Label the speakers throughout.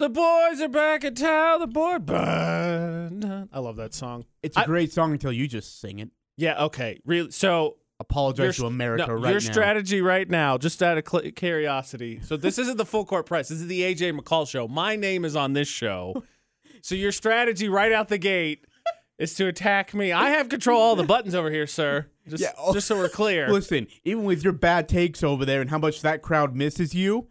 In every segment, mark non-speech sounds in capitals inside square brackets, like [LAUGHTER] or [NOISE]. Speaker 1: The boys are back in town. The boy band. I love that song.
Speaker 2: It's a
Speaker 1: I-
Speaker 2: great song until you just sing it.
Speaker 1: Yeah. Okay. Really. So
Speaker 2: Apologize
Speaker 1: your
Speaker 2: to
Speaker 1: s-
Speaker 2: America
Speaker 1: no,
Speaker 2: right
Speaker 1: your
Speaker 2: now.
Speaker 1: strategy right now, just out of cl- curiosity. So this isn't the full court press. This is the AJ McCall show. My name is on this show. So your strategy right out the gate is to attack me. I have control of all the buttons over here, sir. Just,
Speaker 2: Yeah, oh.
Speaker 1: just so we're
Speaker 2: [LAUGHS]
Speaker 1: clear.
Speaker 2: Listen, even with your bad takes over there and how much that crowd misses you,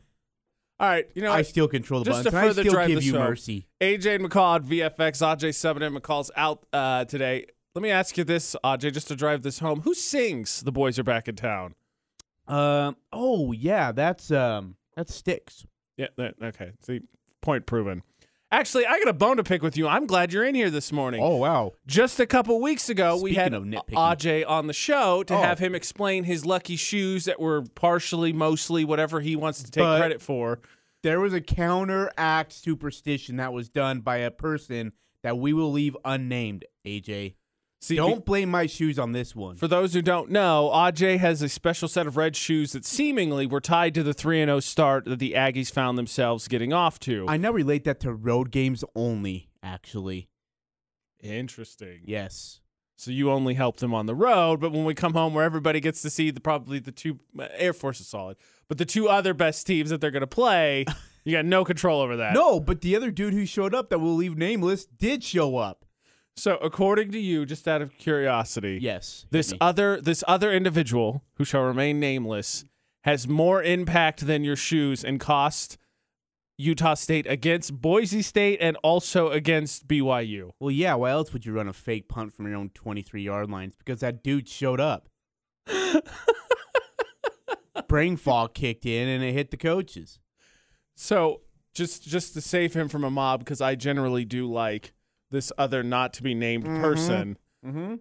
Speaker 1: all right. You know,
Speaker 2: I
Speaker 1: what?
Speaker 2: still control the
Speaker 1: just
Speaker 2: buttons.
Speaker 1: to
Speaker 2: and I
Speaker 1: further
Speaker 2: still
Speaker 1: drive
Speaker 2: give
Speaker 1: the
Speaker 2: you
Speaker 1: show.
Speaker 2: mercy.
Speaker 1: AJ and McCall at VFX, Ajay Seven and McCall's out uh, today. Let me ask you this, Ajay, just to drive this home. Who sings The Boys Are Back in Town?
Speaker 2: Um. Oh yeah, that's um. That sticks.
Speaker 1: Yeah, that, okay. See, point proven. Actually, I got a bone to pick with you. I'm glad you're in here this morning.
Speaker 2: Oh wow.
Speaker 1: Just a couple weeks ago, we
Speaker 2: Speaking
Speaker 1: had
Speaker 2: of nitpicking.
Speaker 1: Ajay on the show to
Speaker 2: Oh.
Speaker 1: have him explain his lucky shoes that were partially, mostly, whatever he wants to take
Speaker 2: But-
Speaker 1: credit for.
Speaker 2: There was a counteract superstition that was done by a person that we will leave unnamed. AJ,
Speaker 1: See, be-
Speaker 2: don't blame my shoes on this one.
Speaker 1: For those who don't know, Ajay has a special set of red shoes that seemingly were tied to the 3 0 start that the Aggies found themselves getting off to.
Speaker 2: I now relate that to road games only. Actually,
Speaker 1: Interesting.
Speaker 2: yes.
Speaker 1: So you only help them on the road, but when we come home, where everybody gets to see the probably the two uh, Air Force is solid, but the two other best teams that they're going to
Speaker 2: [LAUGHS]
Speaker 1: play, you got no control over that.
Speaker 2: No, but the other dude who showed up that we'll leave nameless did show up.
Speaker 1: So according to you, just out of curiosity,
Speaker 2: Yes. hit
Speaker 1: this
Speaker 2: me.
Speaker 1: other this other individual who shall remain nameless has more impact than your shoes and cost Utah State against Boise State and also against BYU.
Speaker 2: Well, yeah. Why else would you run a fake punt from your own 23 yard lines? Because that dude
Speaker 1: [LAUGHS]
Speaker 2: showed up. Brain fog kicked in and it hit the coaches.
Speaker 1: So just just to save him from a mob, because I generally do like this other not to be named person.
Speaker 2: Mm-hmm.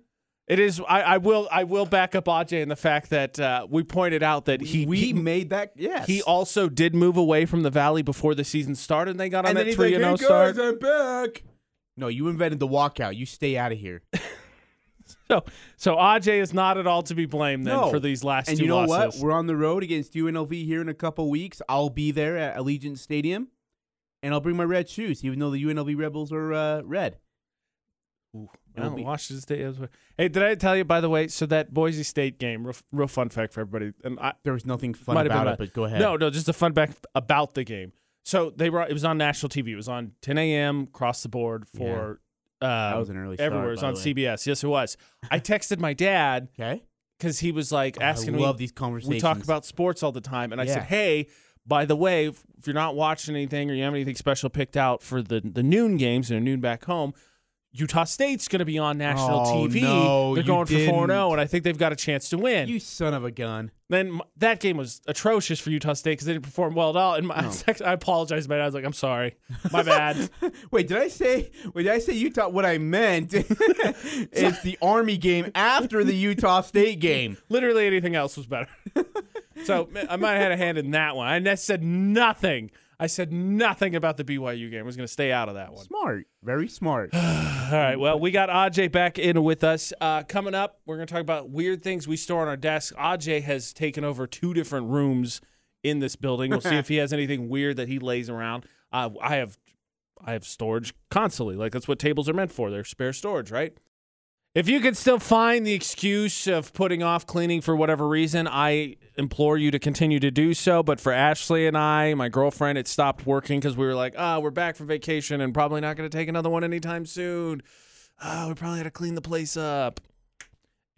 Speaker 1: It is I, I will I will back up Ajay in the fact that uh, we pointed out that he
Speaker 2: we
Speaker 1: he,
Speaker 2: made that. Yes.
Speaker 1: he also did move away from the valley before the season started. and They got on
Speaker 2: and then
Speaker 1: that
Speaker 2: he's
Speaker 1: three
Speaker 2: like,
Speaker 1: and
Speaker 2: hey,
Speaker 1: zero
Speaker 2: guys,
Speaker 1: start.
Speaker 2: I'm back. No, you invented the walkout. You stay out of here.
Speaker 1: So, so Ajay is not at all to be blamed then
Speaker 2: No.
Speaker 1: for these last
Speaker 2: and
Speaker 1: two
Speaker 2: you know
Speaker 1: losses.
Speaker 2: what? We're on the road against UNLV here in a couple weeks. I'll be there at Allegiant Stadium, and I'll bring my red shoes, even though the UNLV Rebels are uh, red.
Speaker 1: No,
Speaker 2: It'll be-
Speaker 1: Washington State. is- Hey, did I tell you by the way? So that Boise State game, real, real fun fact for everybody, and I,
Speaker 2: There was nothing fun
Speaker 1: Might have
Speaker 2: about
Speaker 1: been
Speaker 2: it, but go ahead.
Speaker 1: No, no, just a fun fact about the game. So they were. It was on national TV. It was on 10 a.m. across the board for. Uh,
Speaker 2: that was an early start.
Speaker 1: everywhere. It was
Speaker 2: by
Speaker 1: on
Speaker 2: the way.
Speaker 1: CBS. Yes, it was. I texted my dad
Speaker 2: Okay.
Speaker 1: because he was like asking
Speaker 2: Oh, I
Speaker 1: me.
Speaker 2: love these conversations.
Speaker 1: we talk about sports all the time, and I said,
Speaker 2: Yeah.
Speaker 1: "Hey, by the way, if if you're not watching anything or you have anything special picked out for the the noon games and noon back home." Utah State's going to be on national
Speaker 2: Oh,
Speaker 1: TV.
Speaker 2: no,
Speaker 1: They're
Speaker 2: you
Speaker 1: going for 4 0,
Speaker 2: didn't.
Speaker 1: and I think they've got a chance to win
Speaker 2: you, son of a gun.
Speaker 1: then m- that game was atrocious for Utah State because they didn't perform well at all. And my, [LAUGHS] I, was like- I apologized, to my dad. I was like, I'm sorry, my
Speaker 2: [LAUGHS]
Speaker 1: bad.
Speaker 2: Wait, did I say? Wait, did I say Utah? What
Speaker 1: [LAUGHS]
Speaker 2: I meant is the Army game after the Utah State game.
Speaker 1: Literally anything else was
Speaker 2: [LAUGHS]
Speaker 1: better. so m- I might have had a hand in that one. I ne- said nothing. I said nothing about the BYU game. I was going to stay out of that one.
Speaker 2: Smart,
Speaker 1: [SIGHS]
Speaker 2: very smart.
Speaker 1: All right. Well, we got Aj back in with us. Uh, coming up, we're going to talk about weird things we store on our desk. Aj has taken over two different rooms in this building. We'll see if he has anything weird that he lays around. Uh, I have, I have storage constantly. Like that's what tables are meant for. They're spare storage, right? If you could still find the excuse of putting off cleaning for whatever reason, I implore you to continue to do so. But for Ashley and I, my girlfriend, it stopped working because we were like, ah, we're back from vacation and probably not going to take another one anytime soon. Ah, we probably had to clean the place up.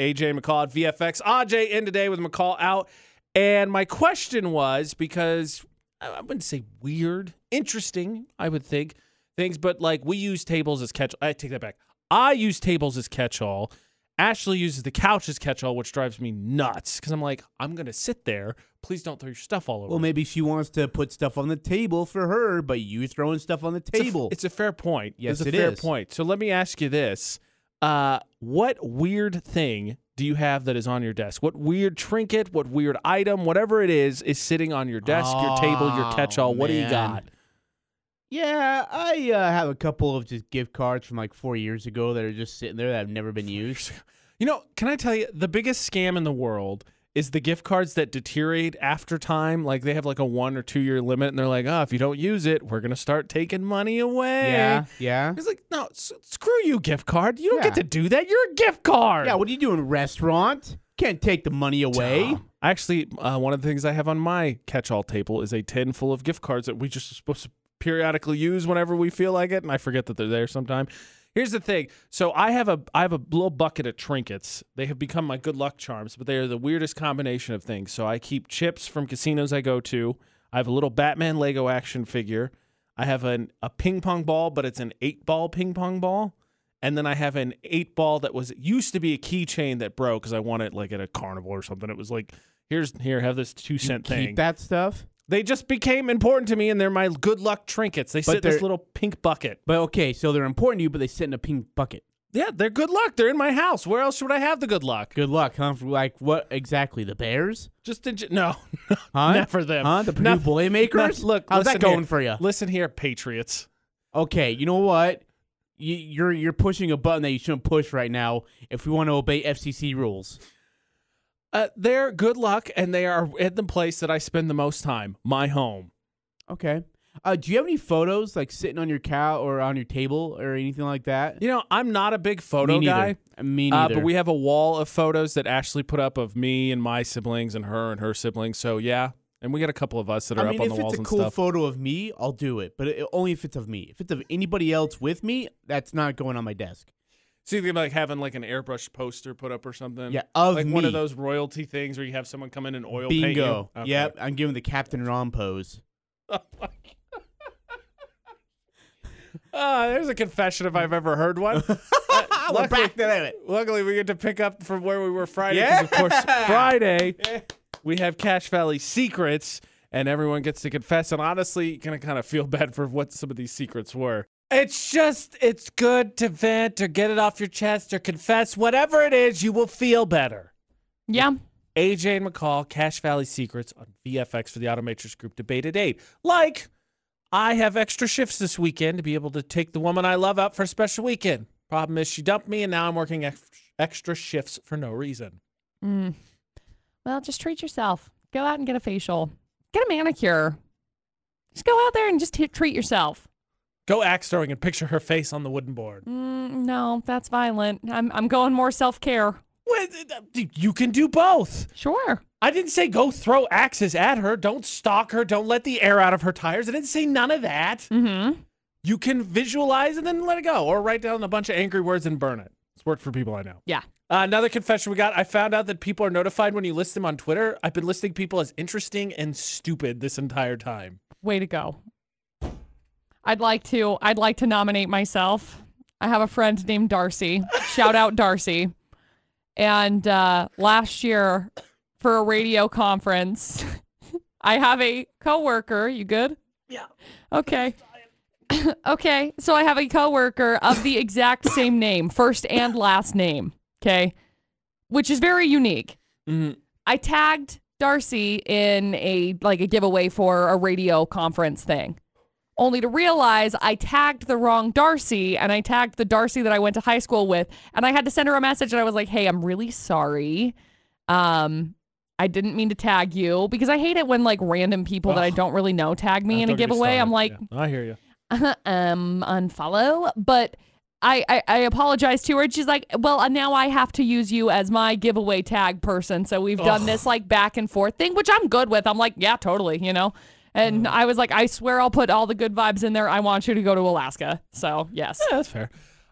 Speaker 1: AJ McCall at VFX. AJ in today with McCall out. And my question was because I I wouldn't say weird, interesting, I would think, things, but like we use tables as catch. I take that back. I use tables as catch all. Ashley uses the couch as catch all, which drives me nuts because I'm like, I'm going to sit there. Please don't throw your stuff all over.
Speaker 2: Well,
Speaker 1: me.
Speaker 2: maybe she wants to put stuff on the table for her, but you throwing stuff on the
Speaker 1: It's a-
Speaker 2: table.
Speaker 1: It's a, fair point.
Speaker 2: Yes,
Speaker 1: it's a
Speaker 2: it
Speaker 1: fair
Speaker 2: is.
Speaker 1: point. So let me ask you this: uh, What weird thing do you have that is on your desk? What weird trinket? What weird item? Whatever it is, is sitting on your desk, your table, your
Speaker 2: Oh,
Speaker 1: catch-all. What do you
Speaker 2: man.
Speaker 1: got?
Speaker 2: yeah, I uh, have a couple of just gift cards from like four years ago that are just sitting there that have never been used.
Speaker 1: You know, can I tell you the biggest scam in the world is the gift cards that deteriorate after time. Like they have like a one or two year limit, and they're like, oh, if you don't use it, we're gonna start taking money away. [LAUGHS]
Speaker 2: Yeah, yeah.
Speaker 1: It's like, no, s- screw you, gift card. You don't
Speaker 2: Yeah.
Speaker 1: get to do that. You're a gift card.
Speaker 2: Yeah, what are you doing, restaurant? Can't take the money away.
Speaker 1: Tom. Actually, uh, one of the things I have on my catch-all table is a tin full of gift cards that we just are supposed to periodically use whenever we feel like it, and I forget that they're there sometime. Here's the thing. So I have a I have a little bucket of trinkets. They have become my good luck charms, but they are the weirdest combination of things. So I keep chips from casinos I go to. I have a little Batman Lego action figure. I have an, a ping pong ball, but it's an eight ball ping pong ball. And then I have an eight ball that was used to be a keychain that broke because I won it like at a carnival or something. It was like, here's here, have this two cent thing.
Speaker 2: Keep that stuff.
Speaker 1: they just became important to me, and they're my good luck trinkets. They sit in this
Speaker 2: they're-
Speaker 1: little pink bucket.
Speaker 2: But okay, so they're important to you, but they sit in a pink bucket.
Speaker 1: Yeah, they're good luck. They're in my house. Where else would I have the good luck?
Speaker 2: Good luck, huh? For, Like what exactly? The Bears?
Speaker 1: Just in, ge- no, [LAUGHS]
Speaker 2: Huh?
Speaker 1: not for them.
Speaker 2: Huh? The Purdue
Speaker 1: Not-
Speaker 2: Boilermakers?
Speaker 1: not- [LAUGHS] look,
Speaker 2: how's that
Speaker 1: listen
Speaker 2: going
Speaker 1: here.
Speaker 2: for you?
Speaker 1: Listen here, Patriots.
Speaker 2: Okay, you know what? You, you're you're pushing a button that you shouldn't push right now if we want to obey FCC rules.
Speaker 1: Uh, they're good luck, and they are at the place that I spend the most time, my home.
Speaker 2: Okay. Uh, do you have any photos like sitting on your cow or on your table or anything like that?
Speaker 1: You know, I'm not a big photo
Speaker 2: Me
Speaker 1: guy.
Speaker 2: neither. Me
Speaker 1: Uh,
Speaker 2: neither.
Speaker 1: but we have a wall of photos that Ashley put up of me and my siblings and her and her siblings. So yeah, and we got a couple of us that are
Speaker 2: I
Speaker 1: up
Speaker 2: mean,
Speaker 1: on
Speaker 2: if
Speaker 1: the
Speaker 2: it's
Speaker 1: walls
Speaker 2: a
Speaker 1: and
Speaker 2: cool
Speaker 1: stuff.
Speaker 2: photo of me, I'll do it, but it, only if it's of me. If it's of anybody else with me, that's not going on my desk.
Speaker 1: See, they like having like an airbrush poster put up or something.
Speaker 2: Yeah, Um, of
Speaker 1: like one of
Speaker 2: me.
Speaker 1: those royalty things where you have someone come in and oil paint you.
Speaker 2: Bingo.
Speaker 1: Okay.
Speaker 2: Yep, I'm giving the Captain Rom pose.
Speaker 1: Ah, there's a confession if I've ever heard [LAUGHS] one.
Speaker 2: Ah, we're back to it.
Speaker 1: Luckily, we get to pick up from where we were Friday. 'cause,
Speaker 2: Yeah.
Speaker 1: Of course, [LAUGHS] Friday we have Cash Valley secrets, and everyone gets to confess. And honestly, you're gonna kind of feel [LAUGHS] bad for what some of these secrets were. It's just it's good to vent or get it off your chest or confess whatever it is. You will feel better.
Speaker 3: Yeah.
Speaker 1: AJ and McCall, Cash Valley Secrets on VFX for the Automatrix Group debate at 8. Like, I have extra shifts this weekend to be able to take the woman I love out for a special weekend. Problem is, she dumped me, and now I'm working ex- extra shifts for no reason.
Speaker 3: Mm. Well, just treat yourself. Go out and get a facial. Get a manicure. Just go out there and just t- treat yourself.
Speaker 1: Go axe throwing and picture her face on the wooden board.
Speaker 3: Mm, no, that's violent. I'm I'm going more self care.
Speaker 1: Wait, th- th- You can do both.
Speaker 3: Sure.
Speaker 1: I didn't say go throw axes at her. Don't stalk her. Don't let the air out of her tires. I didn't say none of that.
Speaker 3: Mm-hmm.
Speaker 1: You can visualize and then let it go, or write down a bunch of angry words and burn it. It's worked for people I know.
Speaker 3: Yeah.
Speaker 1: Uh, another confession we got. I found out that people are notified when you list them on Twitter. I've been listing people as interesting and stupid this entire time.
Speaker 3: Way to go. I'd like to I'd like to nominate myself. I have a friend named Darcy. Shout out Darcy. And uh, last year for a radio conference, [LAUGHS] I have a coworker. You good?
Speaker 1: Yeah.
Speaker 3: Okay. [COUGHS] okay. So I have a coworker of the exact same name, first and last name. Okay. Which is very unique.
Speaker 1: Mm-hmm.
Speaker 3: I tagged Darcy in a like a giveaway for a radio conference thing. Only to realize I tagged the wrong Darcy and I tagged the Darcy that I went to high school with and I had to send her a message and I was like, "Hey, I'm really sorry. Um I didn't mean to tag you because I hate it when like random people that I
Speaker 1: Ugh.
Speaker 3: don't really know tag me in a giveaway. I'm like,
Speaker 1: I hear you.
Speaker 3: [LAUGHS] um unfollow but I, I i apologize to her and she's like well uh, now i have to use you as my giveaway tag person so we've done this like back and forth thing which i'm good with i'm like yeah totally you know and i was like i swear i'll put all the good vibes in there i want you to go to alaska so yes
Speaker 1: Yeah, that's fair.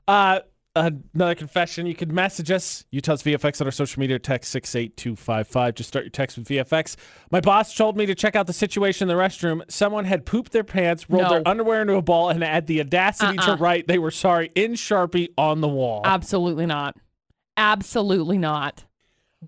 Speaker 1: Uh, another confession. You could message us, Utah's VFX, on our social media, text 68255. Just start your text with VFX. My boss told me to check out the situation in the restroom. Someone had pooped their pants, rolled their
Speaker 3: No.
Speaker 1: underwear into a ball, and had the audacity
Speaker 3: Uh-uh. Um,
Speaker 1: to write, they were sorry, in Sharpie on the wall.
Speaker 3: absolutely not absolutely not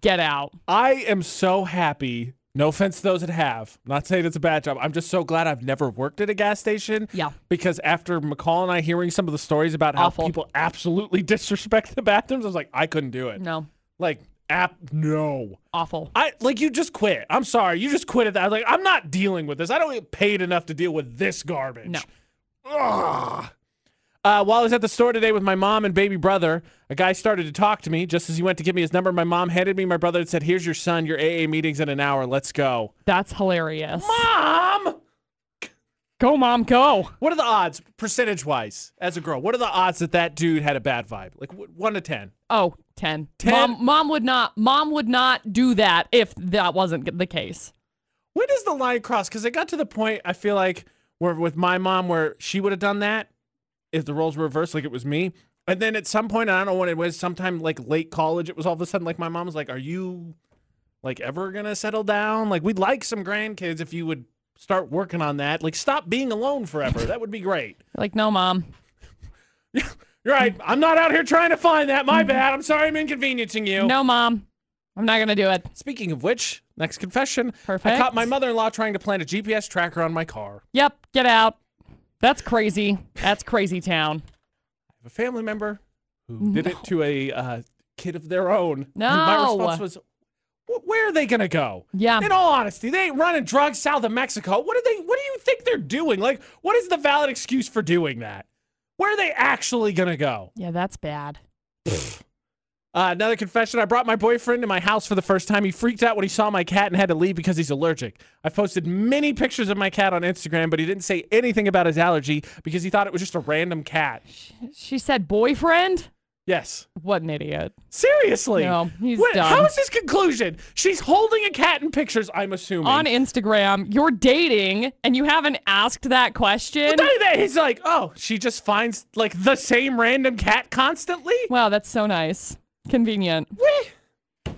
Speaker 3: get out
Speaker 1: I am so happy. No offense to those that have. I'm not saying it's a bad job. I'm just so glad I've never worked at a gas station.
Speaker 3: Yeah.
Speaker 1: Because after McCall and I hearing some of the stories about how
Speaker 3: Awful.
Speaker 1: people absolutely [LAUGHS] disrespect the bathrooms, I was like, I couldn't do it.
Speaker 3: no
Speaker 1: Like, app, no.
Speaker 3: awful
Speaker 1: I like you just quit. I'm sorry, you just quit at that. I was like, I'm not dealing with this. I don't get paid enough to deal with this garbage.
Speaker 3: No.
Speaker 1: Ugh. Uh, while I was at the store today with my mom and baby brother, a guy started to talk to me. Just as he went to give me his number, my mom handed me my brother and said, Here's your son. Your AA meeting's in an hour. Let's go.
Speaker 3: That's hilarious.
Speaker 1: Mom!
Speaker 3: Go, mom, go.
Speaker 1: What are the odds, percentage wise, as a girl? What are the odds that that dude had a bad vibe? Like wh- 1 to 10.
Speaker 3: Oh, 10.
Speaker 1: 10?
Speaker 3: Mom, mom would not. Mom would not do that if that wasn't the case.
Speaker 1: When does the line cross? Because it got to the point, I feel like, where with my mom, where she would have done that if the roles were reversed, like it was me. And then at some point, I don't know when it was, sometime like late college, it was all of a sudden like my mom was like, Are you like ever going to settle down? Like, we'd like some grandkids if you would start working on that. Like, stop being alone forever. That would be great.
Speaker 3: Like, no, mom.
Speaker 1: You're right. I'm not out here trying to find that. My bad. I'm sorry I'm inconveniencing you.
Speaker 3: No, mom. I'm not gonna do it.
Speaker 1: Speaking of which, next confession. I
Speaker 3: Perfect.
Speaker 1: caught my mother in law trying to plant a GPS tracker on my car.
Speaker 3: Yep. Get out. That's crazy. That's crazy town.
Speaker 1: I have a family member who did it to a uh, kid of their own. And My
Speaker 3: No.
Speaker 1: response was, "Wh- "Where are they gonna go?"
Speaker 3: Yeah.
Speaker 1: In all honesty, they ain't running drugs south of Mexico. What do they? What do you think they're doing? Like, what is the valid excuse for doing that? Where are they actually gonna go?
Speaker 3: Yeah, that's bad.
Speaker 1: Uh, another confession. I brought my boyfriend to my house for the first time. He freaked out when he saw my cat and had to leave because he's allergic. I've posted many pictures of my cat on Instagram, but he didn't say anything about his allergy because he thought it was just a random cat.
Speaker 3: She said boyfriend?
Speaker 1: Yes.
Speaker 3: What an idiot.
Speaker 1: Seriously.
Speaker 3: No, he's
Speaker 1: What-
Speaker 3: dumb.
Speaker 1: How is his conclusion? She's holding a cat in pictures, I'm assuming.
Speaker 3: On Instagram, you're dating and you haven't asked that question.
Speaker 1: Not even that, he's like, oh, she just finds like the same random cat constantly?
Speaker 3: [LAUGHS] Wow, that's so nice. Convenient.
Speaker 1: Weh.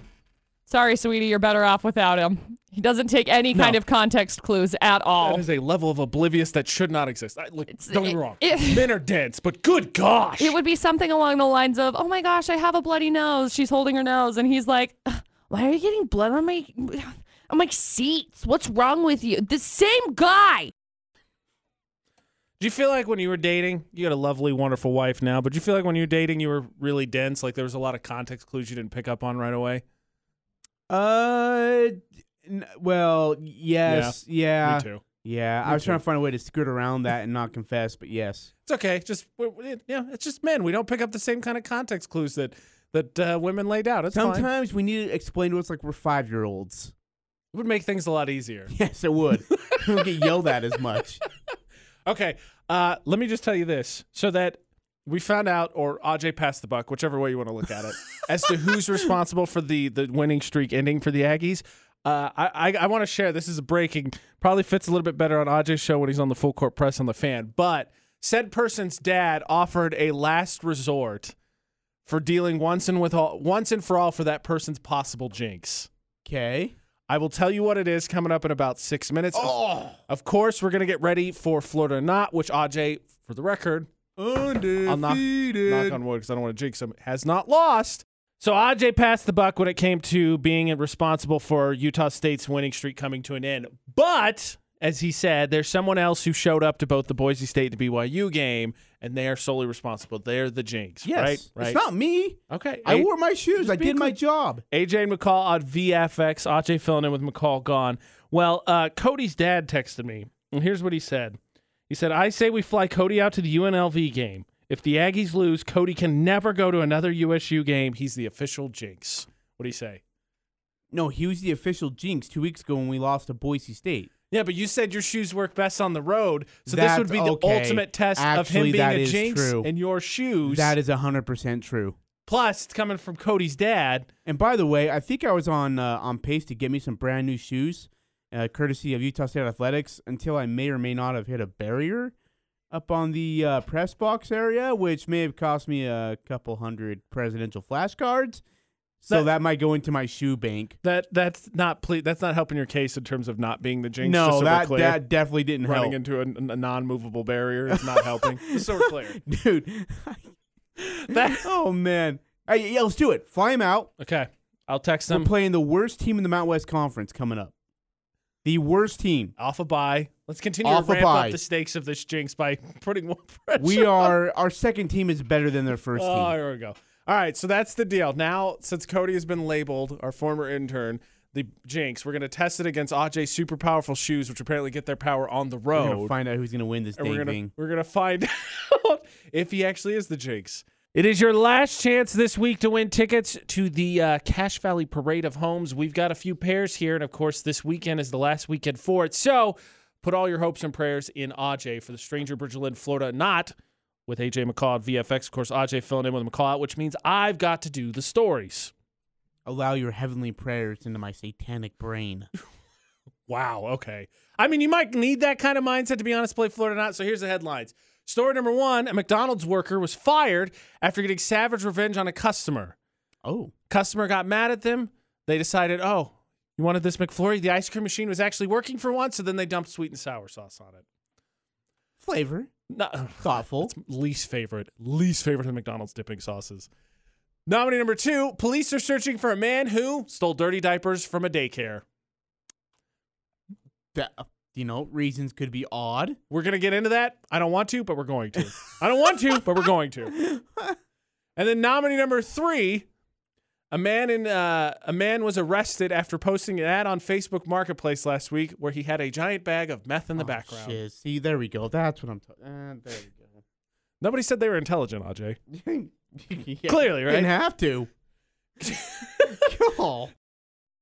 Speaker 3: Sorry, sweetie, you're better off without him. He doesn't take any kind
Speaker 1: No.
Speaker 3: of context clues at all.
Speaker 1: That is a level of oblivious that should not exist. I, look, don't get me
Speaker 3: it-
Speaker 1: wrong.
Speaker 3: it-
Speaker 1: Men are dense, but good gosh.
Speaker 3: It would be something along the lines of, "Oh my gosh, I have a bloody nose." She's holding her nose, and he's like, "Ugh, "Why are you getting blood on my [SIGHS] on my seats? What's wrong with you?" The same guy.
Speaker 1: Do you feel like when you were dating, you had a lovely, wonderful wife now, but do you feel like when you were dating, you were really dense? Like there was a lot of context clues you didn't pick up on right away?
Speaker 2: Uh, n- well, yes, yeah,
Speaker 1: Me too.
Speaker 2: yeah.
Speaker 1: Me
Speaker 2: I was trying
Speaker 1: too.
Speaker 2: to find a way to skirt around that and not confess, but yes.
Speaker 1: It's okay. Just, we're, we yeah, it's just men. We don't pick up the same kind of context clues that that uh, women lay down. It's fine.
Speaker 2: Sometimes we need to explain to us like we're five year olds.
Speaker 1: It would make things a lot easier.
Speaker 2: [LAUGHS] Yes, it would. we don't get yelled at as much.
Speaker 1: Okay. Uh, let me just tell you this so that we found out, or AJ passed the buck, whichever way you want to look at it, as to who's responsible for the, the winning streak ending for the Aggies. Uh, I, I, I want to share this is a breaking, probably fits a little bit better on AJ's show when he's on the full court press on the fan. But said person's dad offered a last resort for dealing once and with all, once and for all for that person's possible jinx.
Speaker 2: Okay.
Speaker 1: I will tell you what it is coming up in about six minutes.
Speaker 2: Oh!
Speaker 1: Of course, we're going to get ready for Florida or Not, which AJ, for the record,
Speaker 2: Undefeated.
Speaker 1: I'll knock, knock on wood because I don't want to jinx him, has not lost. So AJ passed the buck when it came to being responsible for Utah State's winning streak coming to an end. But as he said, there's someone else who showed up to both the Boise State and the BYU game, and they are solely responsible. They're the jinx.
Speaker 2: Yes.
Speaker 1: Right. Right.
Speaker 2: It's not me.
Speaker 1: okay.
Speaker 2: I
Speaker 1: A-
Speaker 2: wore my shoes.
Speaker 1: Just
Speaker 2: I
Speaker 1: be
Speaker 2: did my
Speaker 1: clear.
Speaker 2: job.
Speaker 1: AJ and McCall on VFX. AJ filling in with McCall gone. Well, uh, Cody's dad texted me, and here's what he said. He said, I say we fly Cody out to the UNLV game. If the Aggies lose, Cody can never go to another USU game. He's the official jinx. What do you say?
Speaker 2: No, he was the official jinx two weeks ago when we lost to Boise State.
Speaker 1: Yeah, but you said your shoes work best on the road. So
Speaker 2: That's
Speaker 1: this would be the
Speaker 2: okay.
Speaker 1: ultimate test of him
Speaker 2: Actually,
Speaker 1: being
Speaker 2: that
Speaker 1: a
Speaker 2: is
Speaker 1: jinx
Speaker 2: true.
Speaker 1: and your shoes.
Speaker 2: That is 100% true.
Speaker 1: Plus, it's coming from Cody's dad.
Speaker 2: And by the way, I think I was on uh, on pace to get me some brand new shoes, uh, courtesy of Utah State Athletics, until I may or may not have hit a barrier up on the uh, press box area, which may have cost me a couple hundred presidential flashcards. So
Speaker 1: That-
Speaker 2: that, might go into my shoe bank.
Speaker 1: That that's not ple- that's not helping your case in terms of not being the jinx. just
Speaker 2: no,
Speaker 1: so we're
Speaker 2: that
Speaker 1: clear.
Speaker 2: that definitely didn't
Speaker 1: running
Speaker 2: help,
Speaker 1: into a, a non-movable barrier is not helping. Just [LAUGHS] so we're clear.
Speaker 2: dude. [LAUGHS]
Speaker 1: [LAUGHS] That-
Speaker 2: oh man, Hey, yeah, let's do it. Fly him out.
Speaker 1: Okay, I'll text
Speaker 2: We're
Speaker 1: them
Speaker 2: playing the worst team in the Mountain West Conference coming up. The worst team.
Speaker 1: off a bye. Let's continue
Speaker 2: Off
Speaker 1: to
Speaker 2: a
Speaker 1: ramp
Speaker 2: bye.
Speaker 1: up the stakes of this jinx by [LAUGHS] putting more pressure.
Speaker 2: [LAUGHS] We are our second team is better than their first team.
Speaker 1: Oh, here we go. All right, so that's the deal. Now, since Cody has been labeled our former intern, the jinx, we're going to test it against AJ's super powerful shoes, which apparently get their power on the
Speaker 2: We're gonna
Speaker 1: road.
Speaker 2: find out who's gonna win this
Speaker 1: and we're
Speaker 2: dang
Speaker 1: gonna
Speaker 2: thing.
Speaker 1: we're gonna find [LAUGHS] out if he actually is the Jinx. It is your last chance this week to win tickets to the uh, Cash Valley Parade of Homes. We've got a few pairs here, and of course, this weekend is the last weekend for it. So put all your hopes and prayers in AJ for the Stranger Bridgeland, Florida, not with AJ McCall at VFX. Of course, AJ filling in with McCall out, which means I've got to do the stories.
Speaker 2: Allow your heavenly prayers into my satanic [LAUGHS] brain.
Speaker 1: Wow. Okay. I mean, you might need that kind of mindset to be honest, to play Florida or not. So here's the headlines. Story number one A McDonald's worker was fired after getting savage revenge on a customer.
Speaker 2: Oh,
Speaker 1: Customer got mad at them. They decided, oh, you wanted this McFlurry? The ice cream machine was actually working for once. So then they dumped sweet and sour sauce on it.
Speaker 2: flavor,
Speaker 1: No, [LAUGHS]
Speaker 2: thoughtful.
Speaker 1: least favorite, least favorite of the McDonald's dipping sauces. Nominee number two police are searching for a man who stole dirty diapers from a daycare.
Speaker 2: That, you know, reasons could be odd.
Speaker 1: We're going to get into that. I don't want to, but we're going
Speaker 2: [LAUGHS]
Speaker 1: to. I don't want to, but we're going to. And then nominee number three, a man in uh, a man was arrested after posting an ad on Facebook Marketplace last week where he had a giant bag of meth in the
Speaker 2: Oh,
Speaker 1: background.
Speaker 2: shiz. See, there we go. That's what I'm talking. Uh, [LAUGHS] there
Speaker 1: Nobody said they were intelligent, Ajay.
Speaker 2: we go. Yeah,
Speaker 1: Clearly, right?
Speaker 2: Didn't have [LAUGHS] to. God.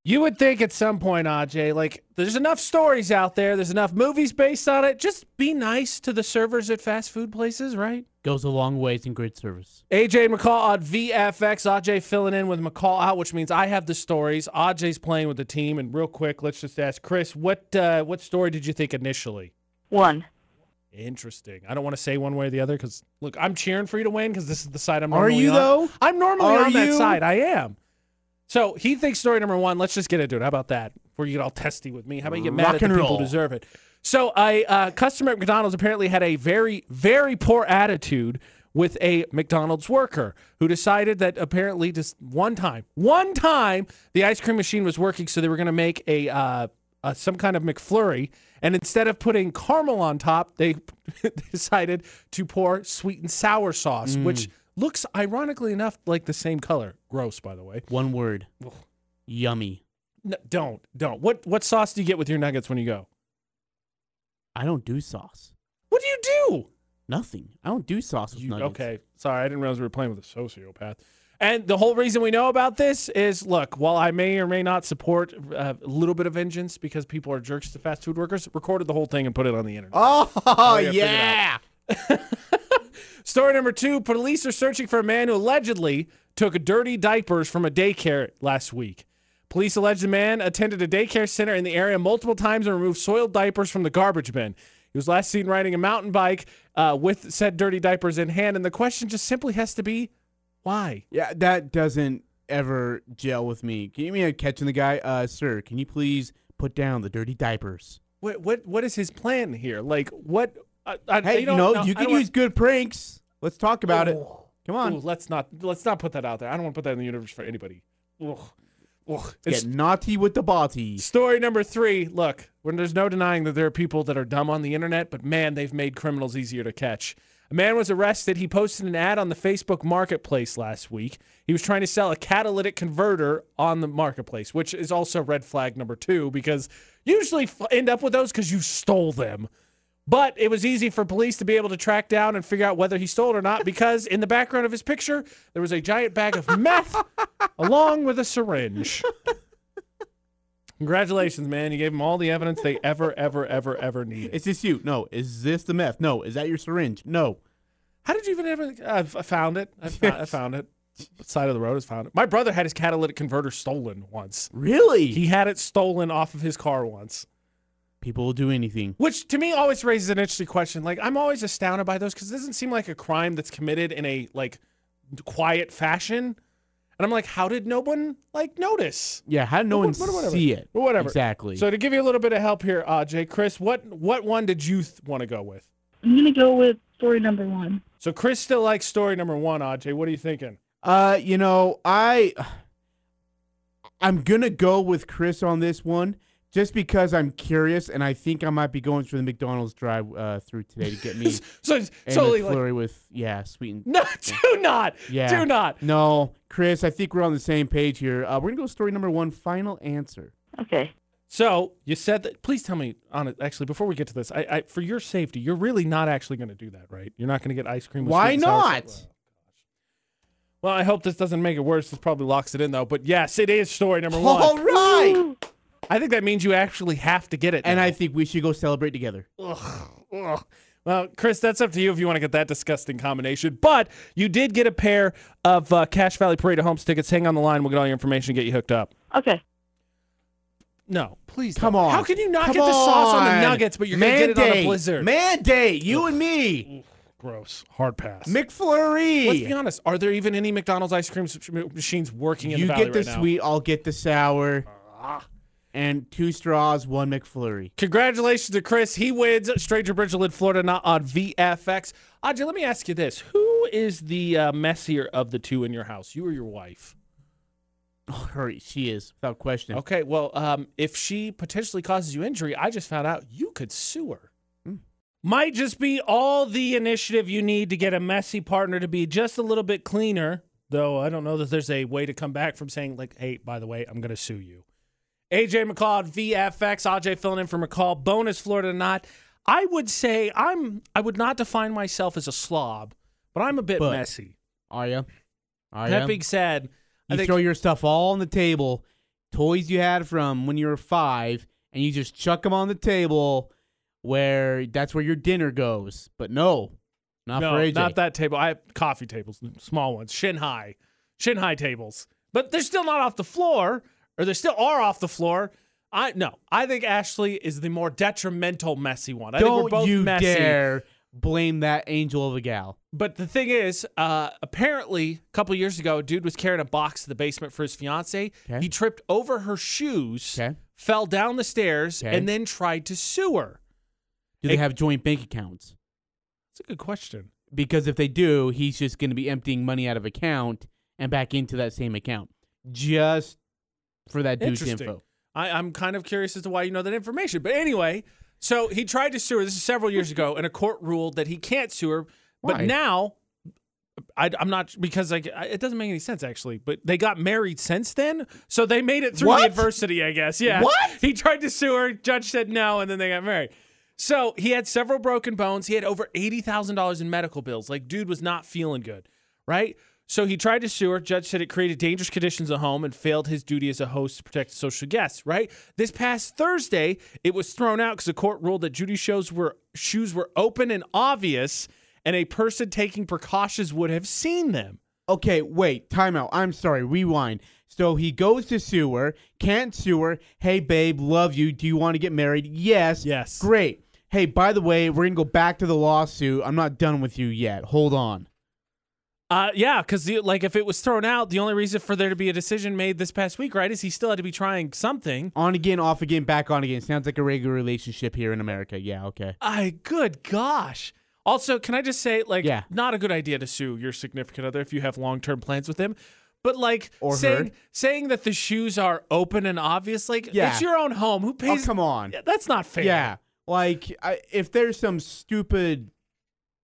Speaker 1: You would think at some point, Ajay, like there's enough stories out there, there's enough movies based on it. Just be nice to the servers at fast food places, right?
Speaker 2: Goes a long ways in grid service.
Speaker 1: AJ McCall on VFX. AJ filling in with McCall out, which means I have the stories. AJ's playing with the team. And real quick, let's just ask Chris, what uh, what story did you think initially?
Speaker 4: One.
Speaker 1: Interesting. I don't want to say one way or the other because look, I'm cheering for you to win because this is the side I'm.
Speaker 2: Are
Speaker 1: Normally
Speaker 2: you,
Speaker 1: on.
Speaker 2: though?
Speaker 1: I'm normally
Speaker 2: Are
Speaker 1: on that
Speaker 2: you?
Speaker 1: side. I am. So he thinks story number one. Let's just get into it. How about that? Before you get all testy with me, how about you get mad
Speaker 2: Rock
Speaker 1: at the
Speaker 2: and
Speaker 1: people who
Speaker 2: roll.
Speaker 1: deserve it? So a uh, customer at McDonald's apparently had a very, very poor attitude with a McDonald's worker who decided that apparently just one time, one time the ice cream machine was working, so they were going to make a. Uh, uh, some kind of McFlurry, and instead of putting caramel on top, they [LAUGHS] decided to pour sweet and sour sauce,
Speaker 2: Mm.
Speaker 1: which looks ironically enough like the same color. Gross, by the way.
Speaker 2: One word. Yummy.
Speaker 1: No, don't, don't. What what sauce do you get with your nuggets when you go?
Speaker 2: I don't do sauce.
Speaker 1: What do you do?
Speaker 2: Nothing. I don't do sauce with
Speaker 1: You-
Speaker 2: nuggets.
Speaker 1: okay, sorry, I didn't realize we were playing with a sociopath. And the whole reason we know about this is, look, while I may or may not support uh, a little bit of vengeance because people are jerks to fast food workers, recorded the whole thing and put it on the internet.
Speaker 2: Oh,
Speaker 1: yeah, figure it
Speaker 2: yeah.
Speaker 1: Story number two: Police are searching for a man who allegedly took dirty diapers from a daycare last week. Police allege the man attended a daycare center in the area multiple times and removed soiled diapers from the garbage bin. He was last seen riding a mountain bike uh, with said dirty diapers in hand, and the question just simply has to be, why?
Speaker 2: Yeah, that doesn't ever gel with me. Can you mean catching the guy? Uh, sir, can you please put down the dirty diapers?
Speaker 1: What what what is his plan here? Like what? I, I,
Speaker 2: Hey, you
Speaker 1: don't-
Speaker 2: know,
Speaker 1: no,
Speaker 2: you
Speaker 1: I
Speaker 2: can
Speaker 1: don't- Oh,
Speaker 2: use good pranks. Let's talk about it. Come on.
Speaker 1: Ooh, let's not let's not put that out there. I don't want to put that in the universe for anybody. Ugh. Ugh. It's-
Speaker 2: Get naughty with the body.
Speaker 1: Story number three. Look, when there's no denying that there are people that are dumb on the internet, but man, they've made criminals easier to catch. A man was arrested. He posted an ad on the Facebook marketplace last week. He was trying to sell a catalytic converter on the marketplace, which is also red flag number two because you usually f- end up with those because you stole them. But it was easy for police to be able to track down and figure out whether he stole it or not because in the background of his picture, there was a giant bag of meth along with a syringe. Congratulations, man. You gave them all the evidence they ever, ever, ever, ever needed.
Speaker 2: Is this you? No. Is this the meth? No. Is that your syringe? No.
Speaker 1: How did you even ever? I've, I found it. I found, I found it. Side of the road has found it. My brother had his catalytic converter stolen once.
Speaker 2: Really?
Speaker 1: He had it stolen off of his car once.
Speaker 2: People will do anything.
Speaker 1: Which to me always raises an interesting question. Like I'm always astounded by those because it doesn't seem like a crime that's committed in a like quiet fashion. And I'm like, how did no one like notice?
Speaker 2: Yeah, how did no
Speaker 1: Wha-
Speaker 2: one
Speaker 1: what- whatever.
Speaker 2: see it?
Speaker 1: Well, whatever.
Speaker 2: Exactly.
Speaker 1: So to give you a little bit of help here, uh, Jay, Chris, what what one did you th- want to go with?
Speaker 4: I'm gonna go with story number one.
Speaker 1: So Chris still likes story number one. Aj, what are you thinking?
Speaker 2: Uh, you know, I I'm gonna go with Chris on this one, just because I'm curious, and I think I might be going through the McDonald's drive uh, through today
Speaker 1: [LAUGHS]
Speaker 2: to get me
Speaker 1: So
Speaker 2: a
Speaker 1: totally like,
Speaker 2: McFlurry with yeah, sweet
Speaker 1: [LAUGHS]
Speaker 2: and
Speaker 1: no, do not,
Speaker 2: yeah.
Speaker 1: do not.
Speaker 2: No, Chris, I think we're on the same page here. Uh, we're gonna go story number one, final answer.
Speaker 4: Okay.
Speaker 1: So you said that. Please tell me on it. Actually, before we get to this, I, I for your safety, you're really not actually going to do that, right? You're not going to get ice cream. With
Speaker 2: Why
Speaker 1: sweet and sour
Speaker 2: not?
Speaker 1: sauce. oh, Well, I hope this doesn't make it worse. This probably locks it in though. But yes, it is story number one.
Speaker 2: All right.
Speaker 1: I think that means you actually have to get it.
Speaker 2: And
Speaker 1: now.
Speaker 2: I think we should go celebrate together.
Speaker 1: Ugh, ugh. Well, Chris, that's up to you if you want to get that disgusting combination. But you did get a pair of uh, Cash Valley Parade of Homes tickets. Hang on the line. We'll get all your information and get you hooked up.
Speaker 4: Okay.
Speaker 1: No, please.
Speaker 2: Come
Speaker 1: don't.
Speaker 2: on.
Speaker 1: How can you not
Speaker 2: Come
Speaker 1: get the sauce on the
Speaker 2: on.
Speaker 1: nuggets, but you're going to get it on a
Speaker 2: Mandate.
Speaker 1: blizzard?
Speaker 2: Mandate. You and me.
Speaker 1: Gross. Hard pass. Let's be
Speaker 2: McFlurry.
Speaker 1: honest. Are there even any McDonald's ice cream s- m- machines working in
Speaker 2: You
Speaker 1: the valley
Speaker 2: get the
Speaker 1: right now?
Speaker 2: sweet, I'll get the sour. Ah. And two straws, one McFlurry. [LAUGHS]
Speaker 1: Congratulations to Chris. He wins Stranger Bridge in Florida, not on VFX. Audrey, let me ask you this. Who is the uh, messier of the two in your house, you or your wife?
Speaker 2: Oh, hurry. She is, without question.
Speaker 1: Okay, well, um, if she potentially causes you injury, I just found out you could sue her.
Speaker 2: Hmm.
Speaker 1: Might just be all the initiative you need to get a messy partner to be just a little bit cleaner, though I don't know that there's a way to come back from saying, like, hey, by the way, I'm going to sue you. AJ McCall at VFX, AJ filling in for McCall, bonus Florida not. I would say I'm, I would not define myself as a slob, but I'm a bit
Speaker 2: But-
Speaker 1: messy.
Speaker 2: Are you? Are
Speaker 1: That
Speaker 2: you?
Speaker 1: being said, I
Speaker 2: You
Speaker 1: think
Speaker 2: throw your stuff all on the table, toys you had from when you were five, and you just chuck them on the table where that's where your dinner goes. But no, not
Speaker 1: no,
Speaker 2: for AJ.
Speaker 1: not that table. I have coffee tables, small ones, shin high, shin high tables. But they're still not off the floor, or they still are off the floor. I no. I think Ashley is the more detrimental messy one. I think we're
Speaker 2: Don't
Speaker 1: both
Speaker 2: you
Speaker 1: messy.
Speaker 2: dare blame that angel of a gal.
Speaker 1: But the thing is, uh, apparently, a couple years ago, a dude was carrying a box to the basement for his fiance.
Speaker 2: Okay.
Speaker 1: He tripped over her shoes,
Speaker 2: Okay.
Speaker 1: fell down the stairs,
Speaker 2: Okay.
Speaker 1: and then tried to sue her.
Speaker 2: Do
Speaker 1: Hey-
Speaker 2: they have joint bank accounts?
Speaker 1: That's a good question.
Speaker 2: Because if they do, he's just going to be emptying money out of account and back into that same account just for that dude's
Speaker 1: Interesting.
Speaker 2: info.
Speaker 1: I, I'm kind of curious as to why you know that information. But anyway, so he tried to sue her. This is several years ago, and a court ruled that he can't sue her. But
Speaker 2: Why?
Speaker 1: now, I, am not because like I, it doesn't make any sense actually. But they got married since then, so they made it through the
Speaker 2: What?
Speaker 1: adversity, I guess. Yeah.
Speaker 2: What?
Speaker 1: He tried to sue her. Judge said no, and then they got married. So he had several broken bones. He had over eighty thousand dollars in medical bills. Like, dude was not feeling good, right? So he tried to sue her. Judge said it created dangerous conditions at home and failed his duty as a host to protect social guests. Right. This past Thursday, it was thrown out because the court ruled that Judy's shows were shoes were open and obvious, and a person taking precautions would have seen them.
Speaker 2: Okay, wait, timeout. I'm sorry, rewind. So he goes to sue her, can't sue her. Hey, babe, love you. Do you want to get married? Yes.
Speaker 1: Yes.
Speaker 2: Great. Hey, by the way, we're going to go back to the lawsuit. I'm not done with you yet. Hold on.
Speaker 1: Uh, yeah, because like if it was thrown out, the only reason for there to be a decision made this past week, right, is he still had to be trying something.
Speaker 2: On again, off again, back on again. Sounds like a regular relationship here in America. Yeah, okay.
Speaker 1: I good gosh. Also, can I just say, like,
Speaker 2: Yeah.
Speaker 1: not a good idea to sue your significant other if you have long term plans with them. But like
Speaker 2: Or her.
Speaker 1: saying saying that the shoes are open and obvious, like
Speaker 2: Yeah.
Speaker 1: it's your own home. Who
Speaker 2: Oh,
Speaker 1: pays?
Speaker 2: come on.
Speaker 1: Yeah, That's not fair.
Speaker 2: Yeah. Like, I, if there's some stupid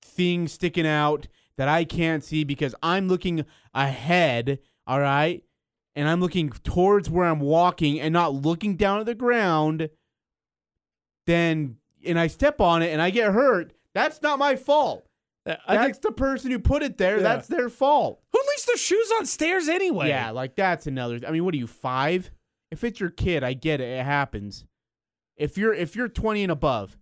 Speaker 2: thing sticking out that I can't see because I'm looking ahead, all right, and I'm looking towards where I'm walking and not looking down at the ground, then, and I step on it and I get hurt, that's not my fault.
Speaker 1: Uh, I
Speaker 2: That's
Speaker 1: think
Speaker 2: the person who put it there.
Speaker 1: Yeah.
Speaker 2: That's their fault.
Speaker 1: who leaves their shoes on stairs anyway?
Speaker 2: Yeah, like that's another. I mean, what are you five? If it's your kid, I get it. It happens. If you're if you're 20 and above,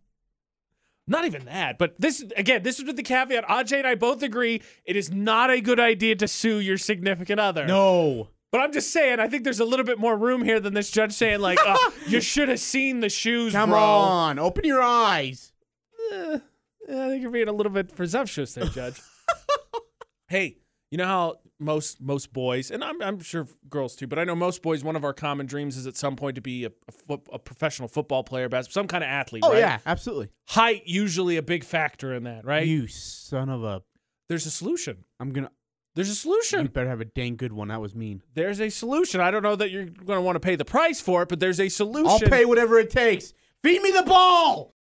Speaker 1: Not even that, but this again, this is with the caveat. Ajay and I both agree it is not a good idea to sue your significant other.
Speaker 2: no.
Speaker 1: But I'm just saying, I think there's a little bit more room here than this judge saying, like, [LAUGHS] uh, you should have seen the shoes,
Speaker 2: Come
Speaker 1: bro.
Speaker 2: on, open your eyes.
Speaker 1: Eh, I think you're being a little bit presumptuous there, Judge. [LAUGHS] hey, you know how most most boys, and I'm, I'm sure girls too, but I know most boys. One of our common dreams is at some point to be a, a, fo- a professional football player, bas- some kind of athlete.
Speaker 2: Oh
Speaker 1: right?
Speaker 2: yeah, absolutely.
Speaker 1: height usually a big factor in that, right?
Speaker 2: You son of a.
Speaker 1: There's a solution.
Speaker 2: I'm gonna.
Speaker 1: There's a
Speaker 2: You
Speaker 1: solution.
Speaker 2: better have a dang good one. That was mean.
Speaker 1: There's a solution. I don't know that you're going to want to pay the price for it, but there's a solution.
Speaker 2: I'll pay whatever it takes. Feed me the ball.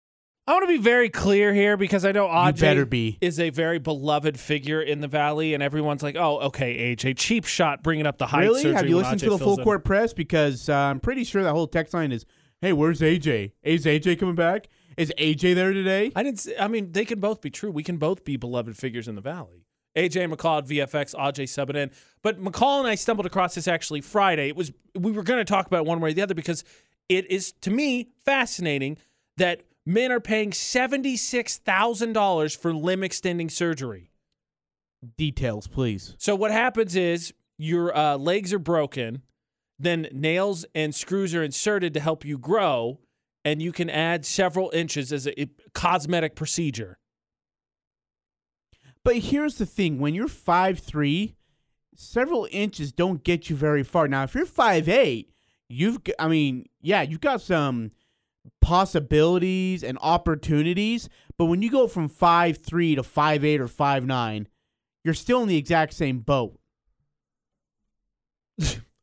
Speaker 1: I want to be very clear here because I know Ajay
Speaker 2: better be.
Speaker 1: is a very beloved figure in the valley, and everyone's like, "Oh, okay, AJ, cheap shot, bringing up the height."
Speaker 2: really?
Speaker 1: surgery
Speaker 2: Have you
Speaker 1: when
Speaker 2: listened
Speaker 1: Ajay
Speaker 2: to the
Speaker 1: fills
Speaker 2: full
Speaker 1: in."
Speaker 2: court press? Because uh, I'm pretty sure that whole text line is hey, where's AJ? Is AJ coming back? Is AJ there today?
Speaker 1: I didn't. Say, I mean, they can both be true. We can both be beloved figures in the valley. AJ McCall at VFX, AJ subbing in. But McCall and I stumbled across this actually Friday. It was we were going to talk about it one way or the other because it is to me fascinating that men are paying seventy six thousand dollars for limb extending surgery.
Speaker 2: Details, please.
Speaker 1: So what happens is your uh, legs are broken, then nails and screws are inserted to help you grow, and you can add several inches as a, a cosmetic procedure.
Speaker 2: But here's the thing: when you're five three, several inches don't get you very far. Now, if you're five eight, you've g- I mean, yeah, you've got some possibilities and opportunities. But when you go from five three to five eight or five nine, you're still in the exact same boat.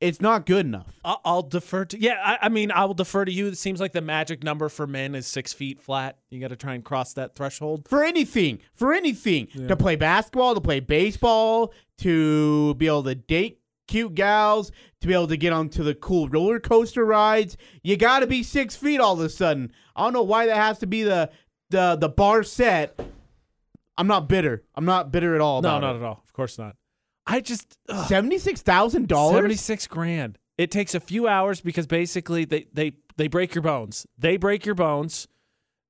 Speaker 2: it's not good enough.
Speaker 1: I- I'll defer to yeah. I, I mean, I will defer to you. It seems like the magic number for men is six feet flat. You got to try and cross that threshold.
Speaker 2: for anything, for anything, to play basketball, to play baseball, to be able to date cute gals, to be able to get onto the cool roller coaster rides. You got to be six feet all of a sudden. I don't know why that has to be the the the bar set. I'm not bitter. I'm not bitter at all.
Speaker 1: No, not at all. Of course not. I just ugh.
Speaker 2: Seventy six
Speaker 1: seventy
Speaker 2: thousand dollars.
Speaker 1: six grand. It takes a few hours because basically they they they break your bones. They break your bones.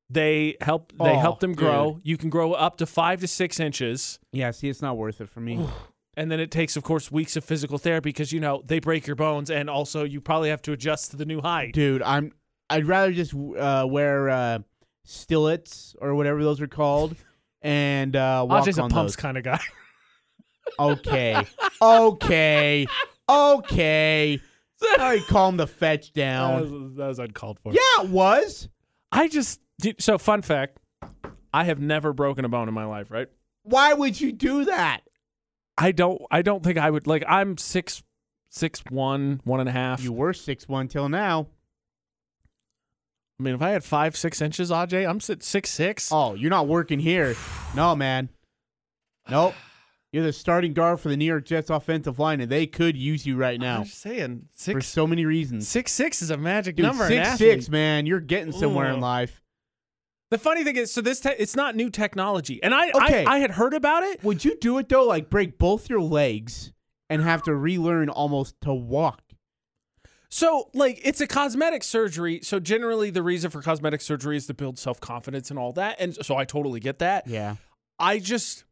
Speaker 1: They help they
Speaker 2: Aw,
Speaker 1: help them grow. You can grow up to five to six inches.
Speaker 2: Yeah, see, it's not worth it for me.
Speaker 1: And then it takes, of course, weeks of physical therapy because you know they break your bones, and also you probably have to adjust to the new height.
Speaker 2: dude i'm i'd rather just uh wear uh stillets or whatever those
Speaker 1: [LAUGHS]
Speaker 2: are called and uh walk
Speaker 1: Ajay's a
Speaker 2: on
Speaker 1: pumps
Speaker 2: those
Speaker 1: kind of guy. [LAUGHS]
Speaker 2: okay okay
Speaker 1: [LAUGHS]
Speaker 2: okay i calm the fetch
Speaker 1: that,
Speaker 2: down
Speaker 1: was, that was uncalled for.
Speaker 2: yeah it was
Speaker 1: I just dude, so fun fact. I have never broken a bone in my life, right?
Speaker 2: why would you do that
Speaker 1: I don't. I don't think I would like. I'm six, six one, one and a half.
Speaker 2: you were six one till now
Speaker 1: I mean, if I had five, six inches, Aj, I'm sit six six.
Speaker 2: oh you're not working here no man nope you're the starting guard for the new york jets offensive line and they could use you right
Speaker 1: I'm
Speaker 2: now
Speaker 1: just saying
Speaker 2: for
Speaker 1: six,
Speaker 2: so many reasons
Speaker 1: six six is a magic
Speaker 2: Dude,
Speaker 1: number. in
Speaker 2: six
Speaker 1: athlete.
Speaker 2: six, man, you're getting somewhere
Speaker 1: Ooh.
Speaker 2: in life.
Speaker 1: The funny thing is, so this te- it's not new technology, and I,
Speaker 2: Okay.
Speaker 1: I I had heard about it.
Speaker 2: Would you do it though? Like break both your legs and have to relearn almost to walk?
Speaker 1: So, like, it's a cosmetic surgery. So, generally, the reason for cosmetic surgery is to build self confidence and all that. And so, I totally get that.
Speaker 2: Yeah.
Speaker 1: I just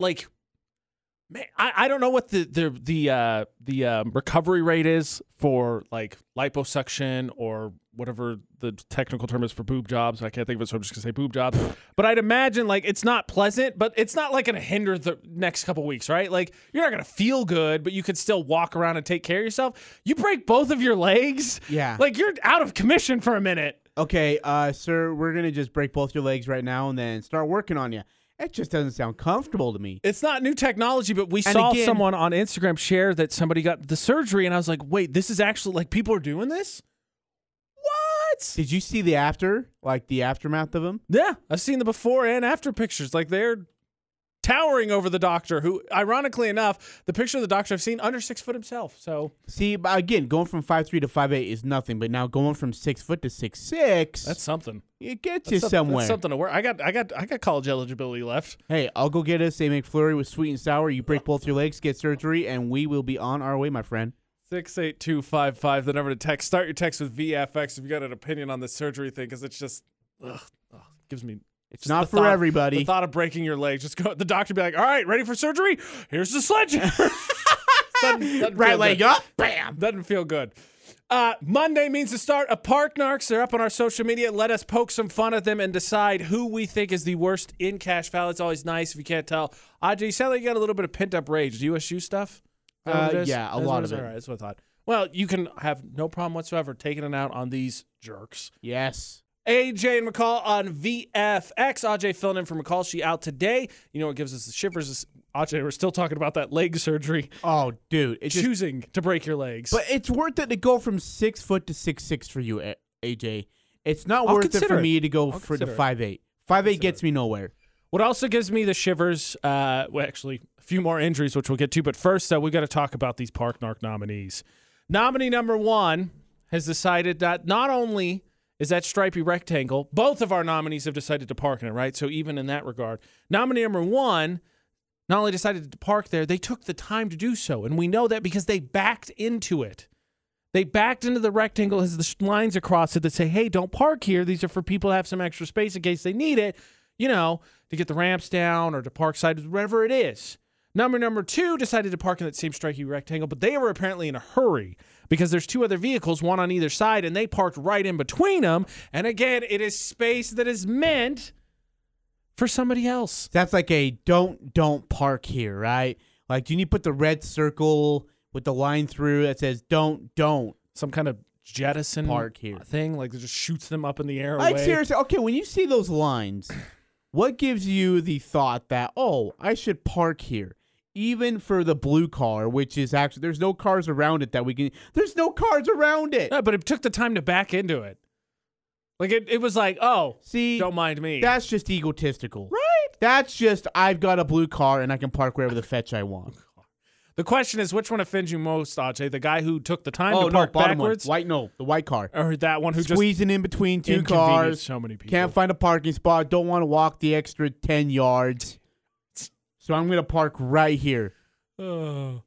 Speaker 1: like man, I, I don't know what the the the uh, the um, recovery rate is for like liposuction or whatever the technical term is for boob jobs. I can't think of it, so I'm just gonna say boob jobs. But I'd imagine like it's not pleasant, but it's not like gonna hinder the next couple weeks, right? Like you're not gonna feel good, but you could still walk around and take care of yourself. You break both of your legs,
Speaker 2: Yeah.
Speaker 1: like you're out of commission for a minute.
Speaker 2: okay, uh, sir, we're gonna just break both your legs right now and then start working on you. That just doesn't sound comfortable to me.
Speaker 1: it's not new technology, but we
Speaker 2: And
Speaker 1: saw
Speaker 2: again-
Speaker 1: someone on Instagram share that somebody got the surgery, and I was like, wait, this is actually like people are doing this? What?
Speaker 2: Did you see the after, like the aftermath of him?
Speaker 1: Yeah, I've seen the before and after pictures. Like they're towering over the doctor, who, ironically enough, the picture of the doctor I've seen under six foot himself. So
Speaker 2: See, but again, going from five three to five eight is nothing, but now going from six foot to six six,
Speaker 1: that's something.
Speaker 2: it gets
Speaker 1: That's
Speaker 2: you
Speaker 1: some-
Speaker 2: somewhere.
Speaker 1: That's something to work. I got, I got, I got college eligibility left.
Speaker 2: Hey, I'll go get us a McFlurry with sweet and sour. You
Speaker 1: Uh,
Speaker 2: break both your legs, get surgery, and we will be on our way, my friend.
Speaker 1: Six eight two five five. The number to text. Start your text with VFX if you got an opinion on the surgery thing, because it's just ugh, ugh, gives me. It's
Speaker 2: not for everybody.
Speaker 1: The thought of breaking your leg, just go. The doctor be like, "All right, ready for surgery? Here's the [LAUGHS] sledgehammer." Doesn't- doesn't feel good.
Speaker 2: up, bam.
Speaker 1: Doesn't feel good. Uh, Monday means the start of Park Narcs. They're up on our social media. Let us poke some fun at them and decide who we think is the worst in cash foul. It's always nice if you can't tell. Aj, you sound like you got a little bit of pent up rage. Do USU stuff? Is that what
Speaker 2: Uh,
Speaker 1: it is?
Speaker 2: yeah,
Speaker 1: That's
Speaker 2: a lot
Speaker 1: what
Speaker 2: of
Speaker 1: is?
Speaker 2: it.
Speaker 1: All right, that's what I thought. Well, you can have no problem whatsoever taking it out on these jerks.
Speaker 2: Yes.
Speaker 1: AJ and McCall on VFX. AJ filling in for McCall. She out today. You know what gives us the shivers? Is AJ, we're still talking about that leg surgery,
Speaker 2: Oh, dude, it's just,
Speaker 1: choosing to break your legs.
Speaker 2: but it's worth it to go from six foot to six six for you, A- AJ. It's not
Speaker 1: I'll
Speaker 2: worth it
Speaker 1: consider
Speaker 2: for
Speaker 1: it.
Speaker 2: me to go
Speaker 1: I'll
Speaker 2: for the
Speaker 1: consider it.
Speaker 2: five eight. Five eight gets me nowhere.
Speaker 1: What also gives me the shivers, uh, well, actually, a few more injuries, which we'll get to. But first, though, we've got to talk about these Park Narc nominees. Nominee number one has decided that not only is that stripy rectangle, both of our nominees have decided to park in it, right? So even in that regard, nominee number one not only decided to park there, they took the time to do so. And we know that because they backed into it. They backed into the rectangle as the sh- lines across it that say, hey, don't park here. These are for people to have some extra space in case they need it, you know, to get the ramps down or to park side, whatever it is. Number number two decided to park in that same striking rectangle, but they were apparently in a hurry because there's two other vehicles, one on either side, and they parked right in between them. And again, it is space that is meant for somebody else.
Speaker 2: That's like a don't don't park here, right? Like, do you need to put the red circle with the line through that says don't don't?
Speaker 1: some kind of jettison
Speaker 2: Park here.
Speaker 1: thing, like it just shoots them up in the air.
Speaker 2: Like
Speaker 1: away.
Speaker 2: seriously, okay. When you see those
Speaker 1: [CLEARS THROAT]
Speaker 2: lines, what gives you the thought that oh, I should park here? Even for the blue car, which is actually there's no cars around it that we can. There's no cars around it.
Speaker 1: No, but it took the time to back into it. Like it, it was like, oh,
Speaker 2: See,
Speaker 1: don't mind me.
Speaker 2: that's just egotistical, right? That's just I've got a blue car and I can park wherever the fetch I want.
Speaker 1: the question is, which one offends you most, Ajay? The guy who took the time
Speaker 2: [LAUGHS] oh
Speaker 1: to
Speaker 2: no,
Speaker 1: park
Speaker 2: bottom
Speaker 1: backwards,
Speaker 2: one, white no, the white car.
Speaker 1: or that one who
Speaker 2: squeezing in between two
Speaker 1: inconvenienced
Speaker 2: cars.
Speaker 1: so many people.
Speaker 2: Can't find a parking spot. Don't want to walk the extra ten yards. So I'm gonna park right here.
Speaker 1: just Oh.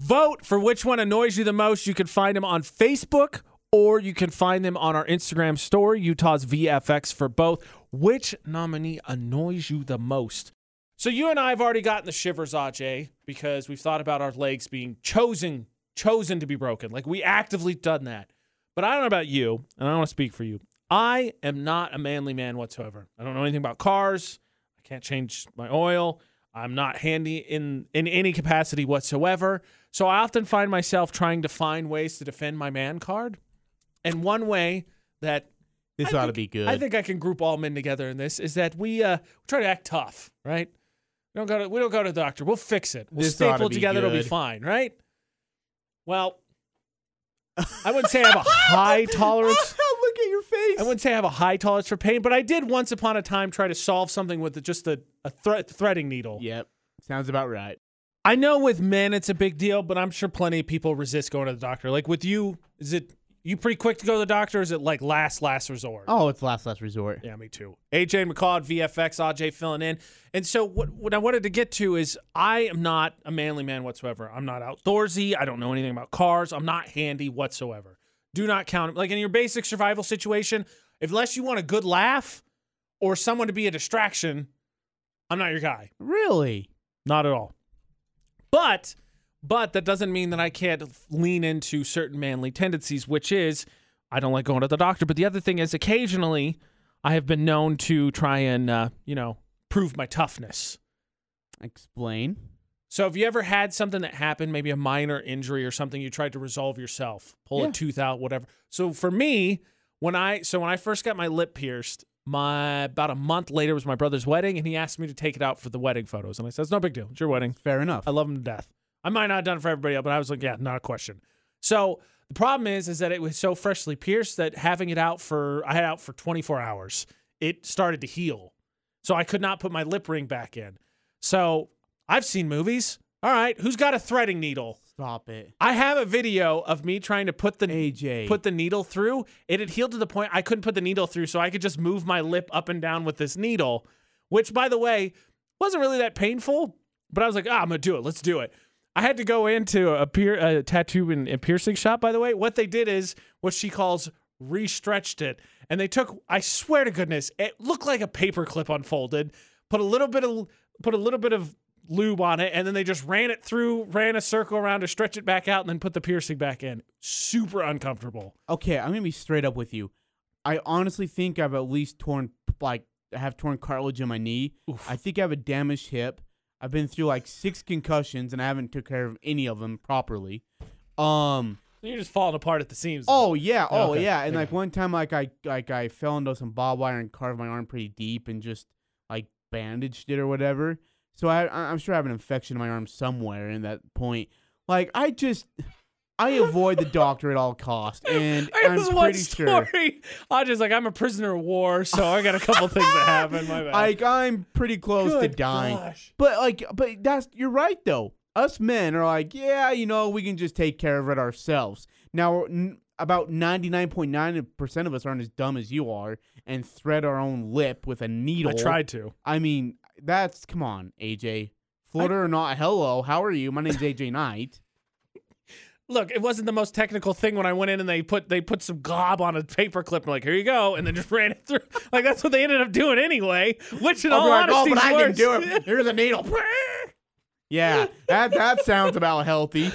Speaker 1: vote for which one annoys you the most? You can find them on Facebook. Or you can find them on our Instagram story, Utah's VFX for both. Which nominee annoys you the most? So you and I have already gotten the shivers, Ajay, because we've thought about our legs being chosen, chosen to be broken. Like we actively done that. But I don't know about you, and I don't want to speak for you. I am not a manly man whatsoever. I don't know anything about cars. I can't change my oil. I'm not handy in in any capacity whatsoever. So I often find myself trying to find ways to defend my man card. And one way that
Speaker 2: This
Speaker 1: I
Speaker 2: ought to
Speaker 1: think-
Speaker 2: be good.
Speaker 1: I
Speaker 2: [LAUGHS]
Speaker 1: think I can group all men together in this. Is that we uh, try to act tough, right? We don't go to we don't go to the doctor. We'll fix it. We'll
Speaker 2: This ought
Speaker 1: staple
Speaker 2: to
Speaker 1: it
Speaker 2: be
Speaker 1: together. It'll be
Speaker 2: good.
Speaker 1: fine, right? Well,
Speaker 2: [LAUGHS]
Speaker 1: I wouldn't say I have a high [LAUGHS] tolerance.
Speaker 2: Look at your face.
Speaker 1: I wouldn't say I have a high tolerance for pain, but I did once upon a time try to solve something with just a, a thre- threading needle.
Speaker 2: [LAUGHS] Yep, sounds about right.
Speaker 1: I know with men it's a big deal, but I'm sure plenty of people resist going to the doctor. Like with you, is it you pretty quick to go to the doctor? Or is it like last last resort?
Speaker 2: Oh, it's last last resort.
Speaker 1: Yeah, me too. AJ McCall at VFX, AJ filling in. And so what what I wanted to get to is I am not a manly man whatsoever. I'm not outdoorsy. I don't know anything about cars. I'm not handy whatsoever. Do not count like in your basic survival situation, unless you want a good laugh or someone to be a distraction, I'm not your guy.
Speaker 2: Really?
Speaker 1: Not at all. But but that doesn't mean that I can't lean into certain manly tendencies, which is I don't like going to the doctor. But the other thing is, occasionally, I have been known to try and uh, you know prove my toughness.
Speaker 2: Explain.
Speaker 1: So have you ever had something that happened, maybe a minor injury or something you tried to resolve yourself, pull
Speaker 2: Yeah.
Speaker 1: a tooth out, whatever. So for me, when I so when I first got my lip pierced, my about a month later was my brother's wedding, and he asked me to take it out for the wedding photos, and I said, "It's no big deal. It's your wedding.
Speaker 2: Fair enough.
Speaker 1: I love him to death. I might not have done it for everybody else, but I was like, yeah, not a question. So the problem is, is that it was so freshly pierced that having it out for I had it out for 24 hours, it started to heal. So I could not put my lip ring back in. So I've seen movies. All right, who's got a threading needle?
Speaker 2: Stop it,
Speaker 1: I have a video of me trying to put the
Speaker 2: AJ.
Speaker 1: put the needle through. It had healed to the point I couldn't put the needle through, so I could just move my lip up and down with this needle, which, by the way, wasn't really that painful. But I was like, ah, I'm gonna do it. Let's do it. I had to go into a, pier- a tattoo and, and piercing shop. By the way, what they did is what she calls restretched it, and they took. I swear to goodness, it looked like a paperclip unfolded. Put a little bit of put a little bit of lube on it, and then they just ran it through, ran a circle around to stretch it back out, and then put the piercing back in. Super uncomfortable.
Speaker 2: okay, I'm gonna be straight up with you. I honestly think I've at least torn like I have torn cartilage in my knee. I think I have a damaged hip. I've been through like six concussions and I haven't took care of any of them properly. Um.
Speaker 1: You're just falling apart at the seams. [LAUGHS]
Speaker 2: Oh yeah. Oh
Speaker 1: Okay,
Speaker 2: yeah. And
Speaker 1: okay.
Speaker 2: like one time, like I like I fell into some barbed wire and carved my arm pretty deep and just like bandaged it or whatever. So I I- I'm sure I have an infection in my arm somewhere. In that point, like I just. I avoid the doctor at all cost, and
Speaker 1: [LAUGHS] I
Speaker 2: I'm
Speaker 1: was
Speaker 2: pretty
Speaker 1: one
Speaker 2: sure.
Speaker 1: story. [LAUGHS] I just like I'm a prisoner of war, so I got a
Speaker 2: [LAUGHS]
Speaker 1: couple things that happen. My bad.
Speaker 2: Like I'm pretty close to
Speaker 1: Good
Speaker 2: dying.
Speaker 1: gosh.
Speaker 2: But like but that's you're right though. Us men are like, yeah, you know, we can just take care of it ourselves. Now n- about 99.9% of us aren't as dumb as you are and thread our own lip with a needle.
Speaker 1: I tried to.
Speaker 2: I mean, that's come on, AJ. Florida or not, hello, how are you? My name's
Speaker 1: [LAUGHS]
Speaker 2: AJ Knight.
Speaker 1: Look, it wasn't the most technical thing when I went in and they put they put some glob on a paper clip and like, here you go, and then just [LAUGHS] ran it through. Like that's what they ended up doing anyway. Which in all
Speaker 2: Everyone, oh,
Speaker 1: honesty
Speaker 2: but
Speaker 1: is
Speaker 2: I didn't do
Speaker 1: worse.
Speaker 2: it. Here's a needle. [LAUGHS] yeah, that that sounds
Speaker 1: [LAUGHS]
Speaker 2: about healthy.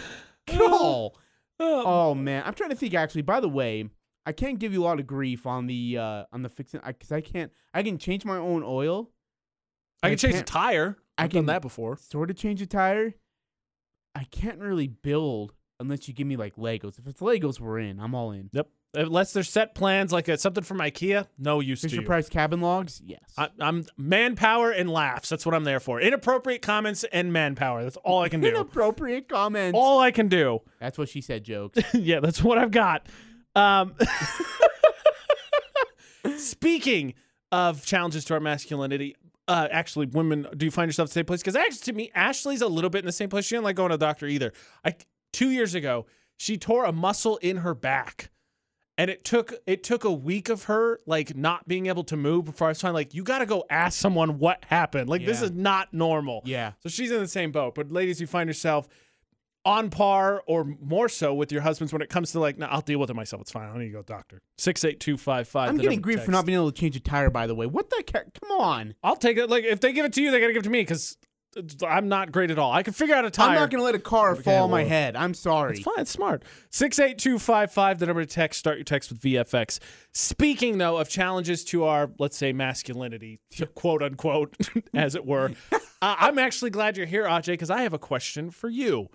Speaker 2: Cool.
Speaker 1: [LAUGHS] Oh, [LAUGHS]
Speaker 2: Oh man, I'm trying to think. Actually, by the way, I can't give you a lot of grief on the uh on the fixing because I, can't. I can change my own oil,
Speaker 1: I
Speaker 2: I
Speaker 1: can change the
Speaker 2: can't-
Speaker 1: tire.
Speaker 2: I
Speaker 1: I've done
Speaker 2: can-
Speaker 1: that before.
Speaker 2: sort of change a tire. I can't really build unless you give me like Legos. If it's Legos, we're in. I'm all in.
Speaker 1: Yep. Unless there's set plans like uh something from IKEA, no use to
Speaker 2: Fisher
Speaker 1: you.
Speaker 2: Price cabin logs, yes.
Speaker 1: I, I'm manpower and laughs. That's what I'm there for. Inappropriate comments and manpower. That's all
Speaker 2: [LAUGHS]
Speaker 1: I can do.
Speaker 2: Inappropriate comments.
Speaker 1: all I can do.
Speaker 2: That's what she
Speaker 1: [LAUGHS]
Speaker 2: said. Jokes.
Speaker 1: yeah, that's what I've got. Um, [LAUGHS] speaking of challenges to our masculinity, uh, actually, women, do you find yourself in the same place? Because actually, to me, Ashley's a little bit in the same place. She didn't like going to the doctor either. I two years ago, she tore a muscle in her back, and it took it took a week of her like not being able to move before I was finally like, you got to go ask someone what happened. Like this
Speaker 2: Yeah.
Speaker 1: is not normal.
Speaker 2: yeah.
Speaker 1: So she's in the same boat. But ladies, you find yourself on par or more so with your husbands when it comes to like, no, I'll deal with it myself. It's fine. I don't need to go, to the doctor. Six eight two five five.
Speaker 2: I'm getting grief for not being able to change a tire. By the way, what the? Ca- come on.
Speaker 1: I'll take it. Like if they give it to you, they gotta give it to me because I'm not great at all. I can figure out a tire.
Speaker 2: I'm not gonna let a car
Speaker 1: Okay,
Speaker 2: fall on my
Speaker 1: well,
Speaker 2: head. I'm sorry.
Speaker 1: It's fine. It's smart. 68255, the number to text. Start your text with VFX. Speaking, though, of challenges to our, let's say, masculinity, [LAUGHS] to quote unquote, [LAUGHS] as it were, uh, I'm actually glad you're here, Ajay, because I have a question for you.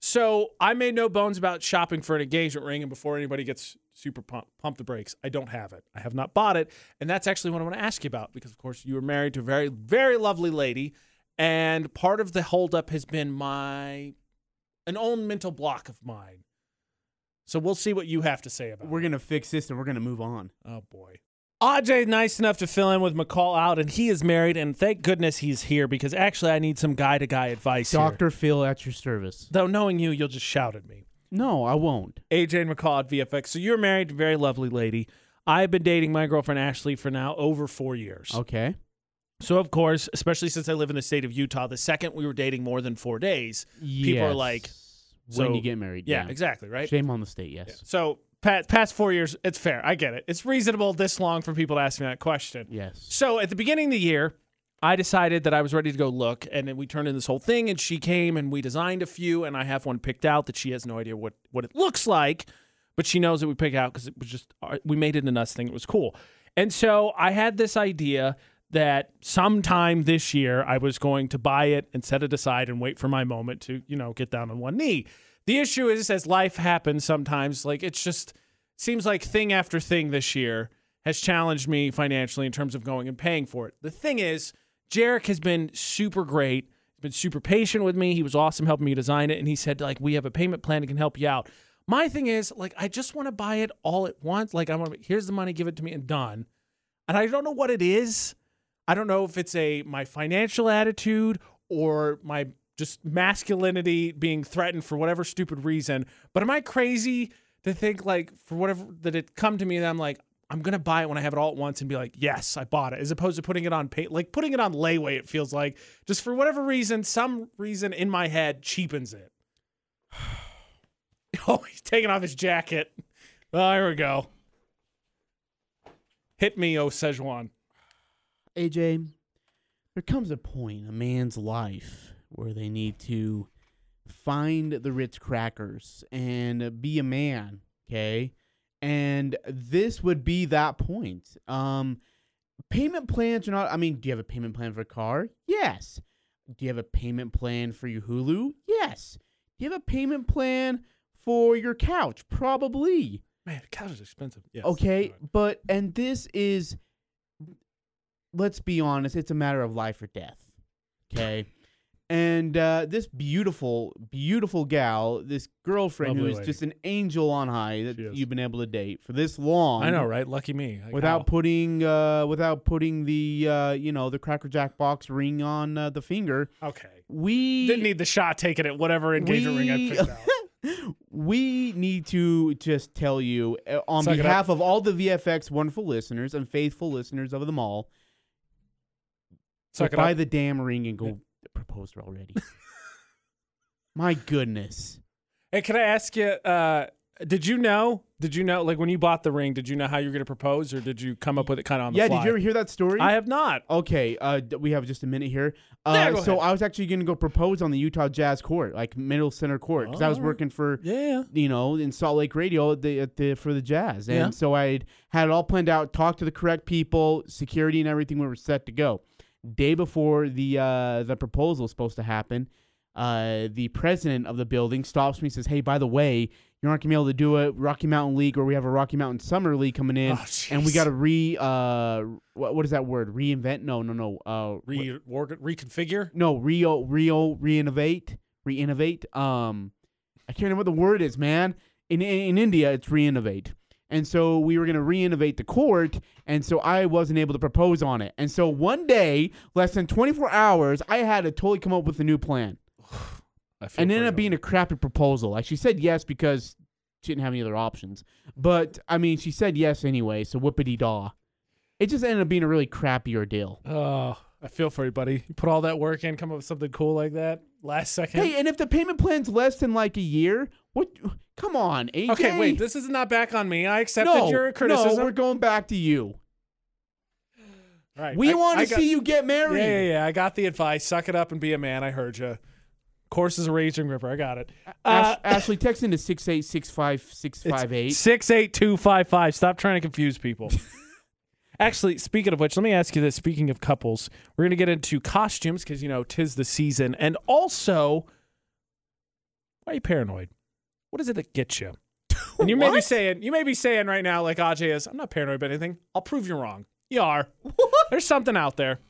Speaker 1: So I made no bones about shopping for an engagement ring, and before anybody gets super pumped, pump the brakes. I don't have it. I have not bought it, and that's actually what I want to ask you about because, of course, you were married to a very, very lovely lady, and part of the holdup has been my an own mental block of mine. So we'll see what you have to say about
Speaker 2: We're
Speaker 1: it.
Speaker 2: gonna fix this and we're gonna move on.
Speaker 1: Oh boy. AJ nice enough to fill in with McCall out, and he is married, and thank goodness he's here because actually I need some guy to guy advice. here.
Speaker 2: Doctor Phil at your service.
Speaker 1: Though knowing you, you'll just shout at me.
Speaker 2: No, I won't.
Speaker 1: AJ and McCall at VFX. So you're married to a very lovely lady. I've been dating my girlfriend Ashley for now over four years.
Speaker 2: Okay.
Speaker 1: So of course, especially since I live in the state of Utah, the second we were dating more than four days, people are like,
Speaker 2: when
Speaker 1: so-
Speaker 2: you get married.
Speaker 1: yeah, exactly, right?
Speaker 2: Shame on the state. Yes.
Speaker 1: So past, past four years, it's fair. I get it. It's reasonable this long for people to ask me that question.
Speaker 2: Yes.
Speaker 1: So at the beginning of the year, I decided that I was ready to go look, and then we turned in this whole thing, and she came and we designed a few, and I have one picked out that she has no idea what what it looks like, but she knows that we picked out because it was just uh, we made it an us thing. It was cool, and so I had this idea that sometime this year I was going to buy it and set it aside and wait for my moment to you know get down on one knee. The issue is as life happens sometimes, like it's just seems like thing after thing this year has challenged me financially in terms of going and paying for it. The thing is, Jarek has been super great. He's been super patient with me. He was awesome helping me design it. And he said, like, we have a payment plan that can help you out. My thing is, like, I just want to buy it all at once. Like, I want to, here's the money, give it to me, and done. And I don't know what it is. I don't know if it's a my financial attitude or my just masculinity being threatened for whatever stupid reason. But am I crazy to think like for whatever that it come to me that I'm like I'm gonna buy it when I have it all at once and be like, yes, I bought it, as opposed to putting it on pay like putting it on layaway. It feels like just for whatever reason, some reason in my head cheapens it. [SIGHS] oh, he's taking off his jacket. Oh, here we go. Hit me, oh Sejuan.
Speaker 2: AJ, there comes a point in a man's life where they need to find the Ritz crackers and be a man. Okay. And this would be that point. Um, payment plans are not. I mean, do you have a payment plan for a car? Yes. Do you have a payment plan for your Hulu? Yes. Do you have a payment plan for your couch? Probably.
Speaker 1: Man, couch is expensive. Yes.
Speaker 2: Okay, but and this is let's be honest, it's a matter of life or death. Okay. and uh, this beautiful, beautiful gal, this girlfriend who
Speaker 1: Lovely
Speaker 2: is
Speaker 1: lady.
Speaker 2: just an angel on high that
Speaker 1: She is.
Speaker 2: you've been able to date for this long.
Speaker 1: I know, right? Lucky me. Like, oh.
Speaker 2: Without
Speaker 1: ow.
Speaker 2: putting, uh, without putting the, uh, you know, the Cracker Jack box ring on uh, the finger,
Speaker 1: okay.
Speaker 2: we
Speaker 1: Didn't need the shot taken at whatever engagement ring I
Speaker 2: we- [LAUGHS]
Speaker 1: picked out.
Speaker 2: we need to just tell you uh, on
Speaker 1: Suck it up.
Speaker 2: behalf of all the VFX wonderful listeners and faithful listeners of them all, to
Speaker 1: Suck it
Speaker 2: buy
Speaker 1: up.
Speaker 2: the damn ring and go propose
Speaker 1: [LAUGHS]
Speaker 2: already. My goodness.
Speaker 1: Hey, can I ask you? Uh, did you know? Did you know? Like when you bought the ring, did you know how you were going to propose, or did you come up with it kind of on the
Speaker 2: yeah,
Speaker 1: fly?
Speaker 2: did you ever hear that story?
Speaker 1: I have not.
Speaker 2: Okay, uh, d- we have just a minute here. Uh,
Speaker 1: Yeah, go
Speaker 2: so
Speaker 1: ahead.
Speaker 2: I was actually going to go propose on the Utah Jazz court, like middle center court, because I was
Speaker 1: Alright.
Speaker 2: working for
Speaker 1: Yeah.
Speaker 2: you know in Salt Lake Radio at the, at the for the Jazz, and
Speaker 1: Yeah.
Speaker 2: so I had it all planned out, talked to the correct people, security and everything. We were set to go. Day before the uh, the proposal is supposed to happen, uh, the president of the building stops me and says, "Hey, by the way." You aren't gonna be able to do it. Rocky Mountain League, or we have a Rocky Mountain Summer League coming in
Speaker 1: Oh,
Speaker 2: and we
Speaker 1: jeez.
Speaker 2: got to re uh what, what is that word reinvent no no no uh re-
Speaker 1: Re- org- reconfigure.
Speaker 2: no reo reo reinnovate reinnovate um i can't remember what the word is man in in, in india it's reinnovate and so we were going to reinnovate the court and so i wasn't able to propose on it and so one day less than 24 hours i had to totally come up with a new plan
Speaker 1: I feel
Speaker 2: and it
Speaker 1: pretty
Speaker 2: ended up being a crappy proposal. Like she said yes because she didn't have any other options. But I mean, she said yes anyway. So whoopity daw. It just ended up being a really crappy ordeal.
Speaker 1: old. Oh, I feel for you, buddy. You put all that work in, come up with something cool like that last second.
Speaker 2: Hey, and if the payment plan's less than like a year, what? Come on, AJ.
Speaker 1: okay, wait. This is not back on me. I accepted
Speaker 2: no,
Speaker 1: your
Speaker 2: no, we're
Speaker 1: criticism.
Speaker 2: going back to you.
Speaker 1: All right,
Speaker 2: We
Speaker 1: I-
Speaker 2: want
Speaker 1: I
Speaker 2: to
Speaker 1: got-
Speaker 2: see you get married.
Speaker 1: Yeah, yeah, yeah. I got the advice. Suck it up and be a man. I heard you. Course is a raging river. I got it. Uh, [LAUGHS]
Speaker 2: Ash- Ashley, text into six eight six five six five eight.
Speaker 1: Six eight two five five. Stop trying to confuse
Speaker 2: [LAUGHS]
Speaker 1: people. Actually, speaking of which, let me ask you this. Speaking of couples, we're going to get into costumes because you know tis the season, and also, why are you paranoid? What is it that gets
Speaker 2: [LAUGHS]
Speaker 1: you? And you may be
Speaker 2: What?
Speaker 1: saying, you may be saying right now, like Ajay is, I'm not paranoid about anything. I'll prove you wrong. You are. There's something out there.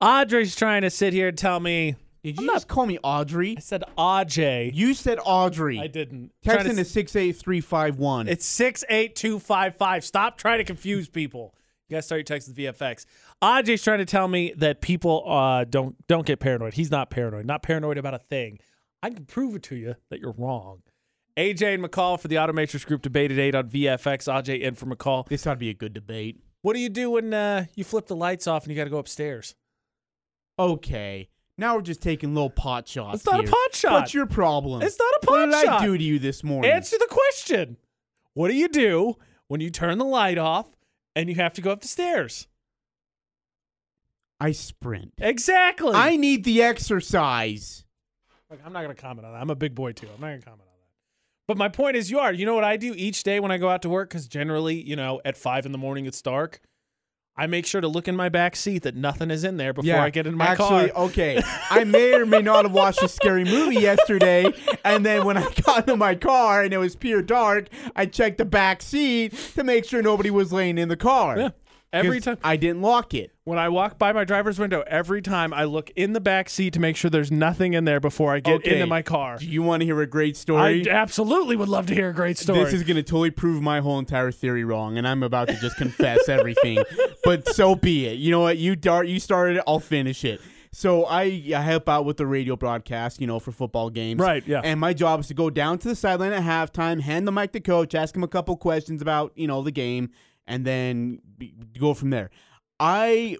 Speaker 1: Audrey's trying to sit here and tell me.
Speaker 2: Did
Speaker 1: I'm
Speaker 2: you
Speaker 1: not-
Speaker 2: just call me Audrey?
Speaker 1: I said Ajay.
Speaker 2: You said Audrey.
Speaker 1: I didn't. Trying
Speaker 2: Text
Speaker 1: to
Speaker 2: into six eight three five one.
Speaker 1: It's 68255. Stop trying to confuse people. You gotta start your texts with VFX. Ajay's trying to tell me that people uh, don't don't get paranoid. He's not paranoid. Not paranoid about a thing. I can prove it to you that you're wrong. AJ and McCall for the Automatrix Group debate at 8 on VFX. Ajay in for McCall.
Speaker 2: This ought to be a good debate.
Speaker 1: What do you do when uh, you flip the lights off and you gotta go upstairs?
Speaker 2: Okay. Now we're just taking little pot shots.
Speaker 1: It's not a
Speaker 2: here.
Speaker 1: pot shot.
Speaker 2: What's your problem?
Speaker 1: It's not a
Speaker 2: what
Speaker 1: pot
Speaker 2: did
Speaker 1: shot.
Speaker 2: I do to you this morning?
Speaker 1: Answer the question. What do you do when you turn the light off and you have to go up the stairs?
Speaker 2: I sprint.
Speaker 1: Exactly.
Speaker 2: I need the exercise.
Speaker 1: Look, I'm not going to comment on that. I'm a big boy too. I'm not going to comment on that. But my point is, you are. You know what I do each day when I go out to work? Because generally, you know, at five in the morning it's dark. I make sure to look in my back seat that nothing is in there before I get in my
Speaker 2: actually, oh,
Speaker 1: car. [LAUGHS]
Speaker 2: okay. I may or may not have watched a scary movie yesterday, and then when I [LAUGHS] got into my car and it was pure dark, I checked the back seat to make sure nobody was laying in the car.
Speaker 1: Yeah. Every
Speaker 2: 'Cause
Speaker 1: time
Speaker 2: I didn't lock it.
Speaker 1: when I walk by my driver's window, every time I look in the back seat to make sure there's nothing in there before I get
Speaker 2: Oh, Okay.
Speaker 1: into my car.
Speaker 2: Do you want to hear a great
Speaker 1: I
Speaker 2: story?
Speaker 1: absolutely would love to hear a great story.
Speaker 2: This is going to totally prove my whole entire theory wrong, and I'm about to just
Speaker 1: [LAUGHS]
Speaker 2: confess everything. But so be it. You know what? You dart, you started it. I'll finish it. So I, I help out with the radio broadcast, you know, for football games.
Speaker 1: Right, yeah.
Speaker 2: And my job is to go down to the sideline at halftime, hand the mic to coach, ask him a couple questions about, you know, the game, and then be, go from there. I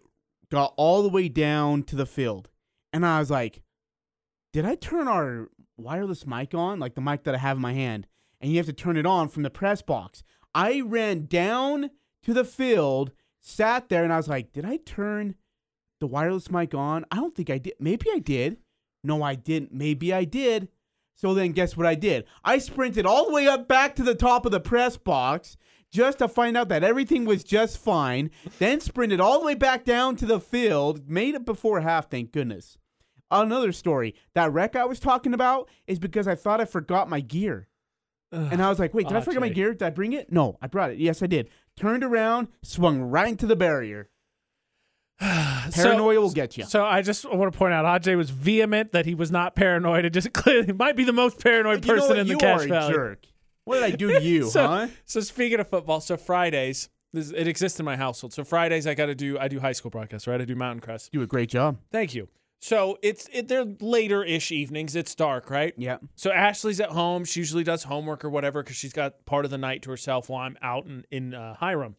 Speaker 2: got all the way down to the field, and I was like, did I turn our wireless mic on? Like the mic that I have in my hand, and you have to turn it on from the press box. I ran down to the field, sat there, and I was like, did I turn the wireless mic on? I don't think I did. Maybe I did. No, I didn't. Maybe I did. So then guess what I did? I sprinted all the way up back to the top of the press box just to find out that everything was just fine, then sprinted all the way back down to the field, made it before half, thank goodness. Another story, that wreck I was talking about is because I thought I forgot my gear. and I was like, wait, did I forget my
Speaker 1: Ajay.
Speaker 2: gear? Did I bring it? No, I brought it. Yes, I did. Turned around, swung right into the barrier. Paranoia will get you.
Speaker 1: So I just want to point out, Ajay was vehement that he was not paranoid. It just [LAUGHS] clearly might be the most paranoid
Speaker 2: You know
Speaker 1: person
Speaker 2: what?
Speaker 1: in the
Speaker 2: you
Speaker 1: cash
Speaker 2: are a
Speaker 1: valley. [LAUGHS]
Speaker 2: jerk. What did I do to you,
Speaker 1: so,
Speaker 2: huh?
Speaker 1: so speaking of football, so Fridays, this, it exists in my household. So Fridays, I got to do I do high school broadcasts, right? I do Mountain Crest.
Speaker 2: You do a great job.
Speaker 1: Thank you. So it's it, they're later ish evenings. It's dark, right?
Speaker 2: Yep.
Speaker 1: So Ashley's at home. She usually does homework or whatever because she's got part of the night to herself while I'm out in, in uh, Hiram.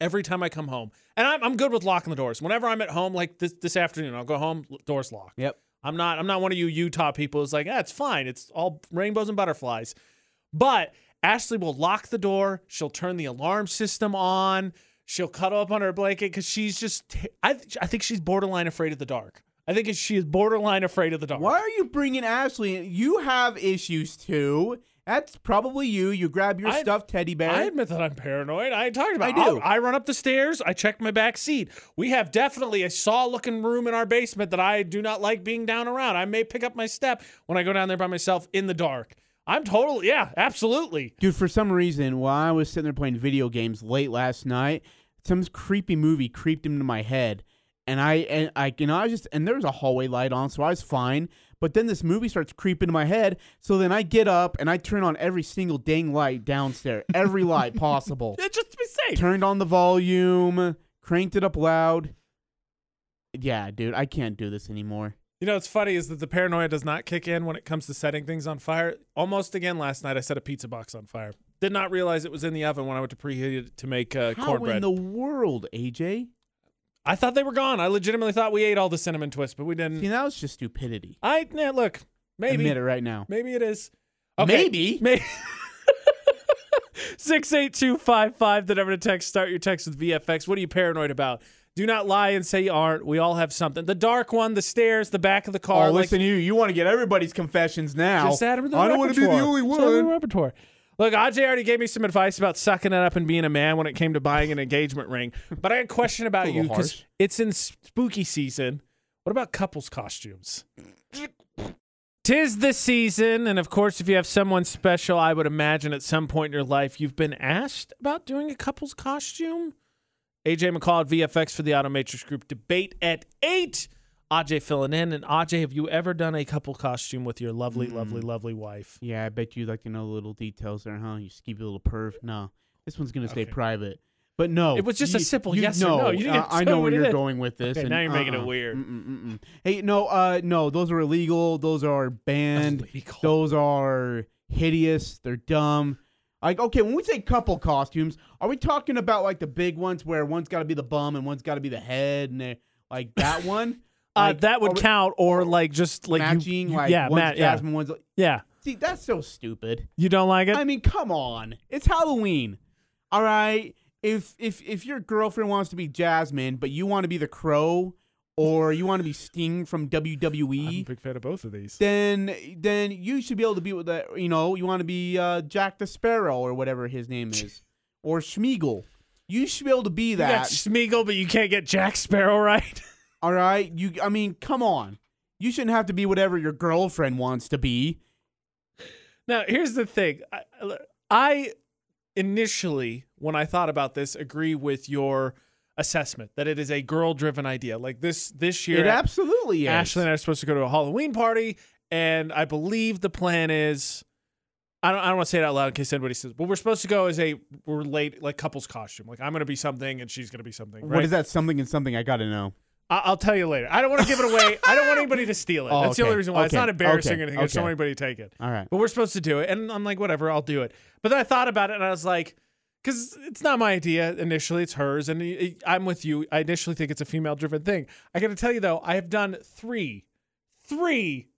Speaker 1: Every time I come home, and I'm, I'm good with locking the doors. Whenever I'm at home, like this this afternoon, I'll go home, l- doors locked.
Speaker 2: Yep.
Speaker 1: I'm not I'm not one of you Utah people. It's like that's it's fine. It's all rainbows and butterflies. But Ashley will lock the door. She'll turn the alarm system on. She'll cuddle up on her blanket because she's just. I I think she's borderline afraid of the dark. I think she is borderline afraid of the dark.
Speaker 2: Why are you bringing Ashley? in? You have issues too. That's probably you. You grab your
Speaker 1: I-
Speaker 2: stuffed teddy bear.
Speaker 1: I admit that I'm paranoid. I talked about.
Speaker 2: I
Speaker 1: it. I'll-
Speaker 2: do.
Speaker 1: I run up the stairs. I check my back seat. We have definitely a saw-looking room in our basement that I do not like being down around. I may pick up my step when I go down there by myself in the dark. I'm totally, yeah, absolutely.
Speaker 2: Dude, for some reason, while I was sitting there playing video games late last night, some creepy movie creeped into my head, and I and I you know I was just and there was a hallway light on, so I was fine. But then this movie starts creeping into my head, so then I get up and I turn on every single dang light downstairs, every
Speaker 1: [LAUGHS]
Speaker 2: light possible.
Speaker 1: Yeah, just to be safe.
Speaker 2: Turned on the volume, cranked it up loud. Yeah, dude, I can't do this anymore.
Speaker 1: You know, what's funny is that the paranoia does not kick in when it comes to setting things on fire. Almost again last night, I set a pizza box on fire. Did not realize it was in the oven when I went to preheat it to make uh,
Speaker 2: How in
Speaker 1: cornbread.
Speaker 2: the world, AJ?
Speaker 1: I thought they were gone. I legitimately thought we ate all the cinnamon twists, but we didn't.
Speaker 2: See, that was just stupidity.
Speaker 1: I yeah, look, Mm. maybe
Speaker 2: Admit it right now.
Speaker 1: Maybe it is.
Speaker 2: Maybe.
Speaker 1: Maybe. [LAUGHS] Six eight two five five. The number to text. Start your text with VFX. What are you paranoid about? Do not lie and say you aren't. We all have something. The dark one, the stairs, the back of the car.
Speaker 2: Oh,
Speaker 1: like-
Speaker 2: listen, to you you want to get everybody's confessions now.
Speaker 1: Just add 'em to the
Speaker 2: I don't
Speaker 1: want
Speaker 2: want to be the only one.
Speaker 1: repertoire. Look, Ajay already gave me some advice about sucking it up and being a man when it came to buying an engagement ring. But I had a question about
Speaker 2: A
Speaker 1: you
Speaker 2: little
Speaker 1: because
Speaker 2: harsh.
Speaker 1: it's in spooky season. What about couples costumes? Tis the season, and of course, if you have someone special, I would imagine at some point in your life you've been asked about doing a couple's costume. AJ McCall at VFX for the Automatrix Group debate at eight. Ajay filling in, and Ajay, have you ever done a couple costume with your lovely, lovely, lovely wife?
Speaker 2: Yeah, I bet you'd like to know the little details there, huh? You skeevy little perv. No, this one's gonna stay
Speaker 1: Okay.
Speaker 2: private. But no,
Speaker 1: It was just a
Speaker 2: you-
Speaker 1: simple
Speaker 2: you
Speaker 1: yes or
Speaker 2: know,
Speaker 1: no. You didn't
Speaker 2: uh, I
Speaker 1: tell
Speaker 2: know
Speaker 1: me
Speaker 2: where
Speaker 1: what it
Speaker 2: you're
Speaker 1: is.
Speaker 2: going with this.
Speaker 1: Okay,
Speaker 2: and
Speaker 1: now you're making it
Speaker 2: uh-uh.
Speaker 1: weird.
Speaker 2: Mm-mm, mm-mm. Hey, no, uh, no, those are illegal. Those are banned.
Speaker 1: Illegal.
Speaker 2: Those are hideous. They're dumb. Like, okay, when we say couple costumes, are we talking about like the big ones where one's got to be the bum and one's got to be the head and they- like
Speaker 1: [LAUGHS]
Speaker 2: that one?
Speaker 1: Uh,
Speaker 2: Like,
Speaker 1: that would
Speaker 2: are we-
Speaker 1: count, or like just like you-
Speaker 2: matching,
Speaker 1: you-
Speaker 2: like
Speaker 1: yeah,
Speaker 2: one's
Speaker 1: Matt, yeah,
Speaker 2: Jasmine, one's.
Speaker 1: yeah.
Speaker 2: See, that's so stupid.
Speaker 1: You don't like it?
Speaker 2: I mean, come on, it's Halloween. All right, if if if your girlfriend wants to be Jasmine, but you want to be the Crow, or you want to be Sting from WWE,
Speaker 1: big fan of both of these.
Speaker 2: then then you should be able to be with that. You know, you want to be uh, Jack the Sparrow or whatever his name is, or Schmeagle. You should be able to be
Speaker 1: You got
Speaker 2: that.
Speaker 1: Smeagol, but you can't get Jack Sparrow right.
Speaker 2: All right, you. I mean, come on. You shouldn't have to be whatever your girlfriend wants to be.
Speaker 1: Now, here's the thing. I, I initially, when I thought about this, agree with your assessment that it is a girl-driven idea. Like this, this year,
Speaker 2: It absolutely is.
Speaker 1: Ashley and I are supposed to go to a Halloween party, and I believe the plan is. I don't, I don't want to say it out loud in case anybody says, but we're supposed to go as a relate like couples costume. Like I'm going to be something and she's going to be something. Right?
Speaker 2: What is that? Something and something. I gotta know.
Speaker 1: I- I'll tell you later. I don't want to give it away. I don't want anybody to steal it.
Speaker 2: [LAUGHS] Oh,
Speaker 1: That's the
Speaker 2: okay.
Speaker 1: only reason why. It's
Speaker 2: Okay.
Speaker 1: not embarrassing
Speaker 2: Okay.
Speaker 1: or anything. I just don't
Speaker 2: Okay.
Speaker 1: want anybody to take it.
Speaker 2: All right.
Speaker 1: But we're supposed to do it. And I'm like, whatever, I'll do it. But then I thought about it and I was like, because it's not my idea initially, it's hers. And y- y- I'm with you. I initially think it's a female driven thing. I got to tell you though, I have done three, three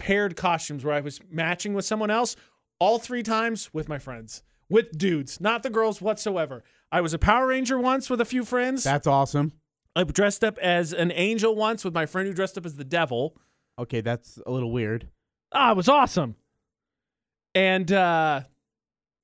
Speaker 1: paired costumes where I was matching with someone else all three times with my friends, with dudes, not the girls whatsoever. I was a Power Ranger once with a few friends.
Speaker 2: That's awesome.
Speaker 1: I dressed up as an angel once with my friend who dressed up as the devil.
Speaker 2: Okay, that's a little weird.
Speaker 1: Ah, it was awesome. And uh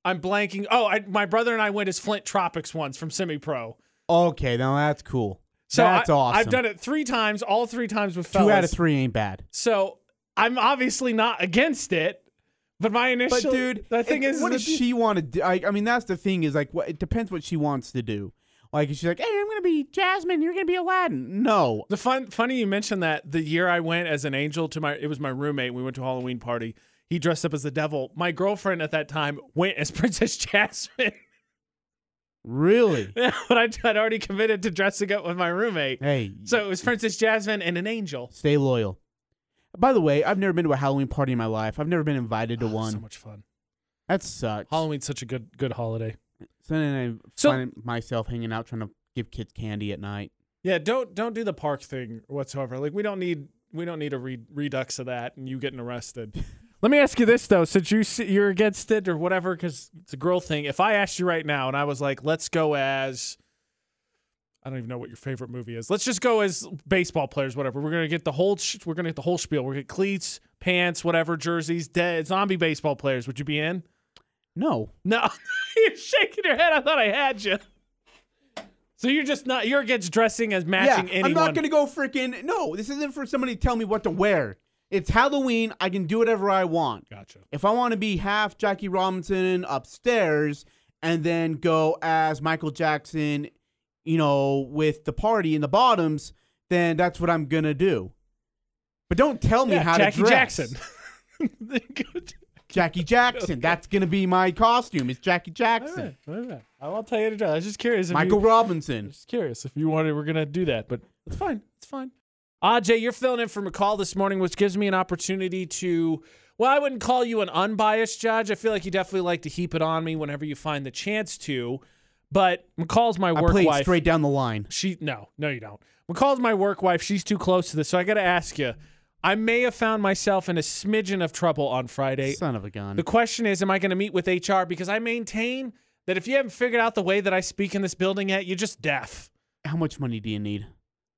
Speaker 1: I'm blanking. Oh, I, my brother and I went as Flint Tropics once from Semi Pro.
Speaker 2: Okay, now that's cool.
Speaker 1: So
Speaker 2: that's
Speaker 1: I,
Speaker 2: awesome.
Speaker 1: I've done it three times, all three times with
Speaker 2: Two
Speaker 1: fellas.
Speaker 2: out of three ain't bad.
Speaker 1: So I'm obviously not against it, but my initial
Speaker 2: But dude,
Speaker 1: the thing
Speaker 2: it-
Speaker 1: is,
Speaker 2: what
Speaker 1: is
Speaker 2: does she want to do? I, I mean, that's the thing is like, what, it depends what she wants to do. Like, if she's like, hey, I'm gonna be Jasmine. You're gonna be Aladdin. No,
Speaker 1: The fun, funny you mentioned that the year I went as an angel to my, it was my roommate. We went to a Halloween party. He [LAUGHS] dressed up as the devil. My girlfriend at that time went as Princess Jasmine. [LAUGHS]
Speaker 2: Really?
Speaker 1: Yeah, [LAUGHS] but I, would already committed to dressing up with my roommate.
Speaker 2: Hey,
Speaker 1: So it was Princess Jasmine and an angel.
Speaker 2: stay loyal. By the way, I've never been to a Halloween party in my life. I've never been invited to
Speaker 1: Oh,
Speaker 2: one.
Speaker 1: So much fun.
Speaker 2: that sucks.
Speaker 1: Halloween's such a good good holiday.
Speaker 2: So then I
Speaker 1: So-
Speaker 2: find myself hanging out trying to give kids candy at night.
Speaker 1: Yeah, don't don't do the park thing whatsoever. Like we don't need we don't need a re- redux of that and you getting arrested. [LAUGHS] Let me ask you this though, since you s- you're against it or whatever, because it's a girl thing. If I asked you right now and I was like, let's go as I don't even know what your favorite movie is. Let's just go as baseball players, whatever. We're gonna get the whole sh- we're gonna get the whole spiel. We're gonna get cleats, pants, whatever, jerseys, dead zombie baseball players. Would you be in?
Speaker 2: No.
Speaker 1: No, [LAUGHS] you're shaking your head. I thought I had you. So you're just not. You're against dressing as matching
Speaker 2: yeah,
Speaker 1: anyone.
Speaker 2: I'm not gonna go freaking. No, this isn't for somebody to tell me what to wear. It's Halloween. I can do whatever I want.
Speaker 1: Gotcha.
Speaker 2: If I want to be half Jackie Robinson upstairs and then go as Michael Jackson, you know, with the party in the bottoms, then that's what I'm gonna do. But don't tell me
Speaker 1: Yeah,
Speaker 2: how
Speaker 1: Jackie
Speaker 2: to dress.
Speaker 1: Jackson. [LAUGHS] Good.
Speaker 2: Jackie Jackson. That's gonna be my costume. It's Jackie
Speaker 1: All
Speaker 2: Jackson.
Speaker 1: right, all right. I'll tell you to dress. I was just curious. If
Speaker 2: Michael
Speaker 1: You, I
Speaker 2: Robinson.
Speaker 1: was just curious if you wanted. We're gonna do that, but it's fine. It's fine. Ajay, you're filling in for McCall this morning, which gives me an opportunity to. Well, I wouldn't call you an unbiased judge. I feel like you definitely like to heap it on me whenever you find the chance to. But McCall's my
Speaker 2: I
Speaker 1: work
Speaker 2: played
Speaker 1: wife.
Speaker 2: straight down the line.
Speaker 1: She no, no, you don't. McCall's my work wife. She's too close to this, so I got to ask you. I may have found myself in a smidgen of trouble on Friday.
Speaker 2: Son of a gun.
Speaker 1: The question is, am I going to meet with HR? Because I maintain that if you haven't figured out the way that I speak in this building yet, you're just deaf.
Speaker 2: How much money do you need?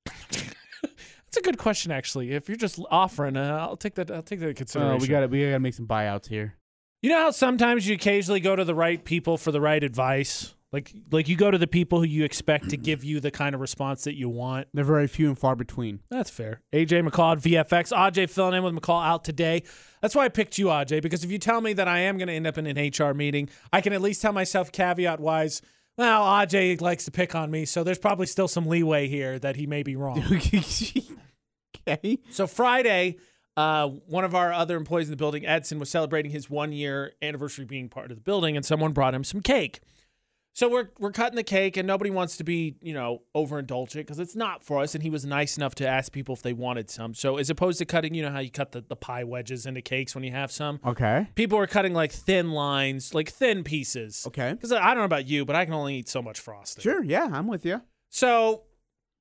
Speaker 1: That's a good question, actually. If you're just offering, uh, I'll take that. I'll take that into consideration.
Speaker 2: Uh, we gotta we gotta make some buyouts here.
Speaker 1: You know how sometimes you occasionally go to the right people for the right advice. Like, like you go to the people who you expect to give you the kind of response that you want.
Speaker 2: They're very few and far [LAUGHS] between.
Speaker 1: That's fair. AJ McCall at VFX. AJ filling in with McCall out today. That's why I picked you, AJ, because if you tell me that I am going to end up in an HR meeting, I can at least tell myself caveat wise, well, AJ likes to pick on me, so there's probably still some leeway here that he may be
Speaker 2: [LAUGHS]
Speaker 1: wrong.
Speaker 2: okay.
Speaker 1: so Friday, uh, one of our other employees in the building, Edson, was celebrating his one year anniversary being part of the building, and someone brought him some cake. So we're we're cutting the cake, and nobody wants to be you know overindulgent because it's not for us. And he was nice enough to ask people if they wanted some. So as opposed to cutting, you know how you cut the, the pie wedges into cakes when you have some,
Speaker 2: Okay.
Speaker 1: people were cutting like thin lines, like thin pieces.
Speaker 2: Okay.
Speaker 1: Because I don't know about you, but I can only eat so much frosting.
Speaker 2: Sure. Yeah, I'm with you.
Speaker 1: So,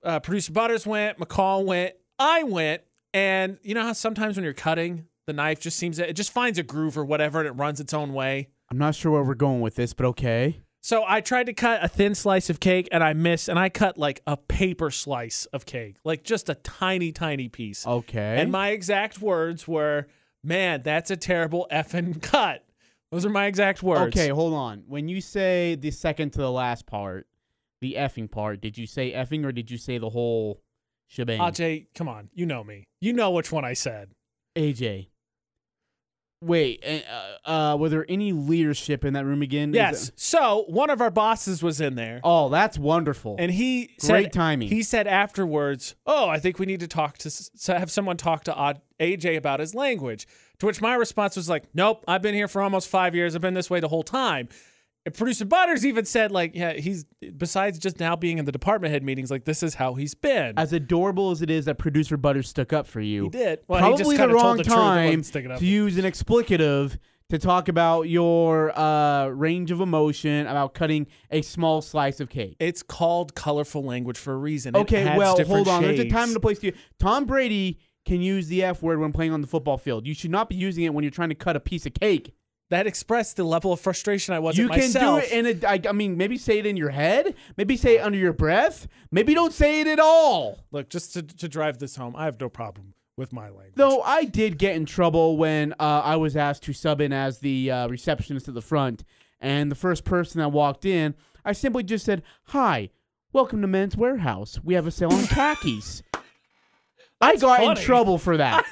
Speaker 1: uh, producer Butters went, McCall went, I went, and you know how sometimes when you're cutting, the knife just seems it just finds a groove or whatever, and it runs its own way.
Speaker 2: I'm not sure where we're going with this, but okay.
Speaker 1: So I tried to cut a thin slice of cake, and I missed, and I cut like a paper slice of cake, like just a tiny, tiny piece.
Speaker 2: Okay.
Speaker 1: And my exact words were, "Man, that's a terrible effing cut." Those are my exact words.
Speaker 2: okay, hold on. When you say the second to the last part, the effing part, did you say effing or did you say the whole shebang?
Speaker 1: Ajay, come on, you know me. You know which one I said.
Speaker 2: AJ. Wait, uh, uh, were there any leadership in that room again? Is
Speaker 1: Yes.
Speaker 2: it-
Speaker 1: So one of our bosses was in there.
Speaker 2: oh, that's wonderful.
Speaker 1: And he
Speaker 2: Great
Speaker 1: said,
Speaker 2: timing.
Speaker 1: He said afterwards, "Oh, I think we need to talk to s- to have someone talk to Ad- AJ about his language." To which my response was like, "Nope, I've been here for almost five years. I've been this way the whole time." And producer Butters even said, "Like, yeah, he's besides just now being in the department head meetings, like this is how he's been."
Speaker 2: as adorable as it is that producer Butter stuck up for you,
Speaker 1: he did. Well, he
Speaker 2: probably
Speaker 1: just
Speaker 2: the
Speaker 1: kinda
Speaker 2: wrong
Speaker 1: told the truth. It
Speaker 2: time
Speaker 1: wasn't sticking up.
Speaker 2: to use an explicative to talk about your uh, range of emotion about cutting a small slice of cake.
Speaker 1: It's called colorful language for a reason. It
Speaker 2: Okay,
Speaker 1: adds
Speaker 2: well,
Speaker 1: different
Speaker 2: hold on. There's a
Speaker 1: shades.
Speaker 2: time and a place to. Tom Brady can use the F word when playing on the football field. You should not be using it when you're trying to cut a piece of cake.
Speaker 1: that expressed the level of frustration I was.
Speaker 2: you
Speaker 1: at
Speaker 2: can do
Speaker 1: myself.
Speaker 2: it in a. I, I mean, maybe say it in your head. Maybe say it under your breath. Maybe don't say it at all.
Speaker 1: Look, just to, to drive this home, I have no problem with my language. [LAUGHS]
Speaker 2: Though I did get in trouble when uh, I was asked to sub in as the uh, receptionist at the front, and the first person that walked in, I simply just said, "Hi, welcome to Men's Warehouse. We have a sale on khakis." I got
Speaker 1: funny.
Speaker 2: in trouble for that.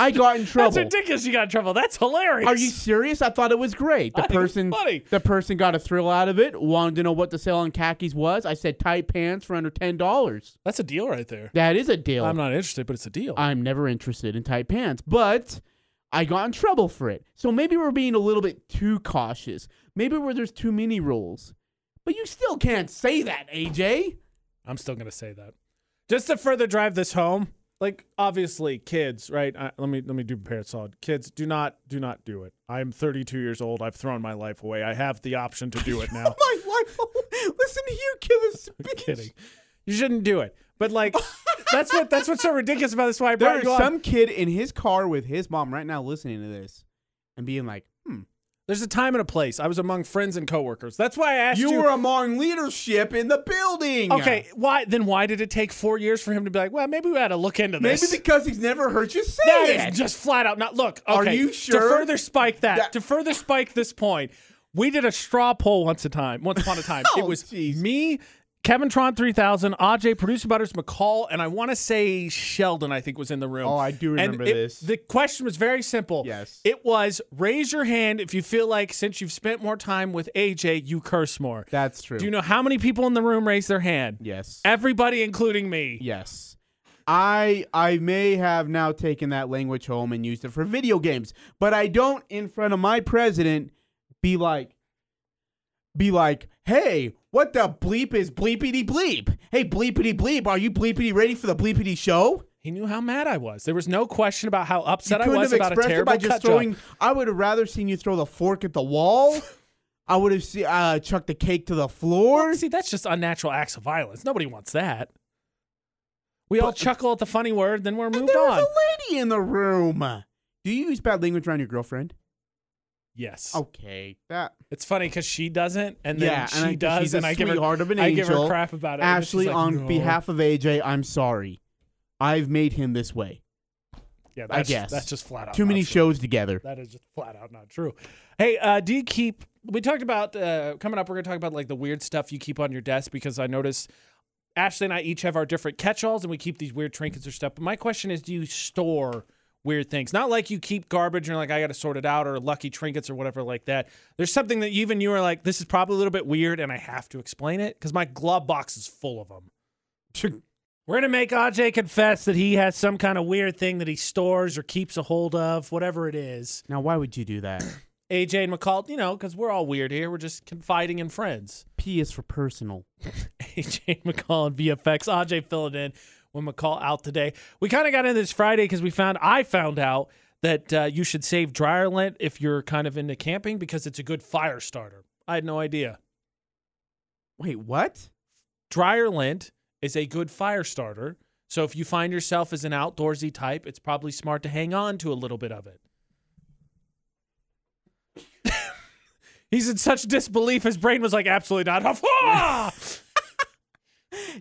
Speaker 2: I got in trouble.
Speaker 1: [LAUGHS] That's ridiculous. You got in trouble. That's hilarious.
Speaker 2: Are you serious? I thought it was great. The
Speaker 1: I think it's
Speaker 2: person,
Speaker 1: funny.
Speaker 2: the person got a thrill out of it. Wanted to know what the sale on khakis was. I said tight pants for under ten dollars.
Speaker 1: That's a deal right there.
Speaker 2: That is a deal.
Speaker 1: I'm not interested, but it's a deal.
Speaker 2: I'm never interested in tight pants, but I got in trouble for it. So maybe we're being a little bit too cautious. Maybe where there's too many rules. But you still can't say that, AJ.
Speaker 1: I'm still gonna say that. Just to further drive this home, like obviously, kids, right? I, let me let me do parents solid. Kids, do not do not do it. I'm 32 years old. I've thrown my life away. I have the option to do it [LAUGHS] now.
Speaker 2: [LAUGHS] My life. Listen to you give a speech.
Speaker 1: I'm
Speaker 2: [LAUGHS]
Speaker 1: kidding. You shouldn't do it. But [LAUGHS] like, that's what that's what's so ridiculous about this. Why I
Speaker 2: There
Speaker 1: brought
Speaker 2: is
Speaker 1: you on.
Speaker 2: some kid in his car with his mom right now listening to this and being like, hmm.
Speaker 1: There's a time and a place. I was among friends and coworkers. That's why I asked you.
Speaker 2: You were among leadership in the building.
Speaker 1: okay. Why then? Why did it take four years for him to be like? Well, maybe we had to look into
Speaker 2: Maybe
Speaker 1: this.
Speaker 2: because he's never heard you say
Speaker 1: That
Speaker 2: it.
Speaker 1: is just flat out not. Look, okay,
Speaker 2: Are you
Speaker 1: To
Speaker 2: sure?
Speaker 1: further spike that,
Speaker 2: That-
Speaker 1: to further spike this point, we did a straw poll once a time. Once
Speaker 2: [LAUGHS]
Speaker 1: upon a time, it
Speaker 2: Oh,
Speaker 1: was
Speaker 2: jeez.
Speaker 1: me, Kevin Tron three thousand, AJ, producer butters McCall, and I want to say Sheldon. I think was in the room.
Speaker 2: Oh, I do
Speaker 1: And
Speaker 2: remember
Speaker 1: it-
Speaker 2: this.
Speaker 1: The question was very simple.
Speaker 2: Yes.
Speaker 1: it was raise your hand if you feel like since you've spent more time with AJ, you curse more.
Speaker 2: That's true.
Speaker 1: Do you know how many people in the room raised their hand?
Speaker 2: Yes.
Speaker 1: Everybody, including me.
Speaker 2: Yes. I I may have now taken that language home and used it for video games, but I don't in front of my president be like be like, "Hey, what the bleep is bleepity bleep? Hey, bleepity bleep, are you bleepity ready for the bleepity show?"
Speaker 1: He knew how mad I was. There was no question about how upset I
Speaker 2: couldn't
Speaker 1: was
Speaker 2: have
Speaker 1: about a
Speaker 2: expressed
Speaker 1: terrible
Speaker 2: it by just
Speaker 1: cut
Speaker 2: throwing. [LAUGHS]
Speaker 1: job.
Speaker 2: I would have rather seen you throw the fork at the wall. I would have see, uh, chucked the cake to the floor.
Speaker 1: See, that's just unnatural acts of violence. Nobody wants that. We all
Speaker 2: But-
Speaker 1: chuckle at the funny word, then we're
Speaker 2: And
Speaker 1: moved
Speaker 2: there
Speaker 1: on.
Speaker 2: was a lady in the room. Do you use bad language around your girlfriend?
Speaker 1: yes,
Speaker 2: Okay, that
Speaker 1: it's funny because she doesn't, and then
Speaker 2: Oh. yeah,
Speaker 1: she
Speaker 2: and I,
Speaker 1: does,
Speaker 2: she's a
Speaker 1: and I give her
Speaker 2: sweetheart of an
Speaker 1: I
Speaker 2: angel.
Speaker 1: give her crap about it. and she's
Speaker 2: Ashley,
Speaker 1: like,
Speaker 2: on
Speaker 1: "No."
Speaker 2: behalf of AJ, I'm sorry. I've made him this way.
Speaker 1: yeah,
Speaker 2: I
Speaker 1: that's,
Speaker 2: guess
Speaker 1: that's just flat out.
Speaker 2: Too
Speaker 1: not
Speaker 2: many
Speaker 1: true.
Speaker 2: shows together.
Speaker 1: That is just flat out not true. Hey, uh, do you keep? We talked about uh, coming up. We're gonna talk about like the weird stuff you keep on your desk because I noticed Ashley and I each have our different catch-alls and we keep these weird trinkets or stuff. But my question is, do you store weird things? Not like you keep garbage and like I got to sort it out or lucky trinkets or whatever like that. There's something that even you are like, this is probably a little bit weird and I have to explain it because my glove box is full of them. We're gonna make Aj confess that he has some kind of weird thing that he stores or keeps a hold of, whatever it is.
Speaker 2: Now, why would you do [COUGHS] that?
Speaker 1: AJ and McCall, you know, because we're all weird here. We're just confiding in friends. [LAUGHS]
Speaker 2: P is for personal.
Speaker 1: AJ McCall and VFX. AJ filling in when McCall out today. We kind of got into this Friday because we found, I found out that uh, you should save dryer lint if you're kind of into camping because it's a good fire starter. I had no idea.
Speaker 2: Wait, what?
Speaker 1: Dryer lint is a good fire starter. So if you find yourself as an outdoorsy type, it's probably smart to hang on to a little bit of it. [LAUGHS] He's in such disbelief, his brain was like, absolutely not. [LAUGHS]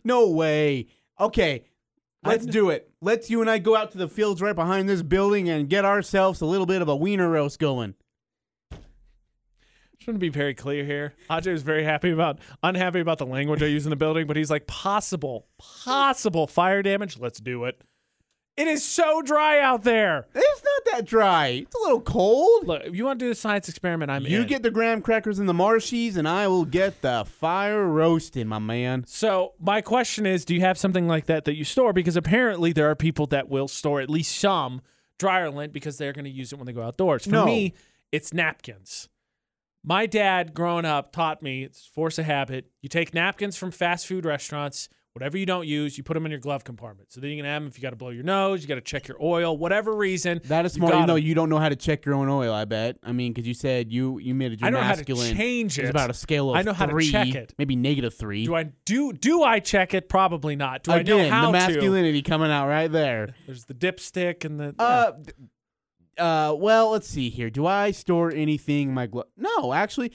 Speaker 2: No way. Okay, let's do it. Let's you and I go out to the fields right behind this building and get ourselves a little bit of a wiener roast going.
Speaker 1: Shouldn't be very clear here. Ajay was very happy about, unhappy about the language I use in the building, but he's like, possible, possible fire damage. Let's do it. It is so dry out there.
Speaker 2: It's not that dry. It's a little cold.
Speaker 1: Look, if you want to do the science experiment, I'm
Speaker 2: You
Speaker 1: in.
Speaker 2: get the graham crackers and the marshies, and I will get the fire roasting, my man.
Speaker 1: So my question is, do you have something like that that you store? Because apparently there are people that will store at least some dryer lint because they're going to use it when they go outdoors. For
Speaker 2: No.
Speaker 1: me, it's napkins. My dad, growing up, taught me it's force of habit. You take napkins from fast food restaurants. Whatever you don't use, you put them in your glove compartment. So then you can have them if you got to blow your nose, you got to check your oil, whatever reason.
Speaker 2: That is
Speaker 1: you
Speaker 2: smart.
Speaker 1: got
Speaker 2: You know,
Speaker 1: 'em.
Speaker 2: you don't know how to check your own oil. I bet. I mean, because you said you you made a
Speaker 1: I know how to
Speaker 2: masculine.
Speaker 1: change
Speaker 2: It's
Speaker 1: it.
Speaker 2: about a scale of
Speaker 1: I know how to
Speaker 2: three,
Speaker 1: check it.
Speaker 2: maybe negative three.
Speaker 1: do I do do I check it? Probably not. Do I know
Speaker 2: Again,
Speaker 1: how
Speaker 2: the
Speaker 1: to?
Speaker 2: masculinity coming out right there.
Speaker 1: There's the dipstick and the
Speaker 2: Uh, d- uh, well, let's see here. Do I store anything in my glove? No, actually,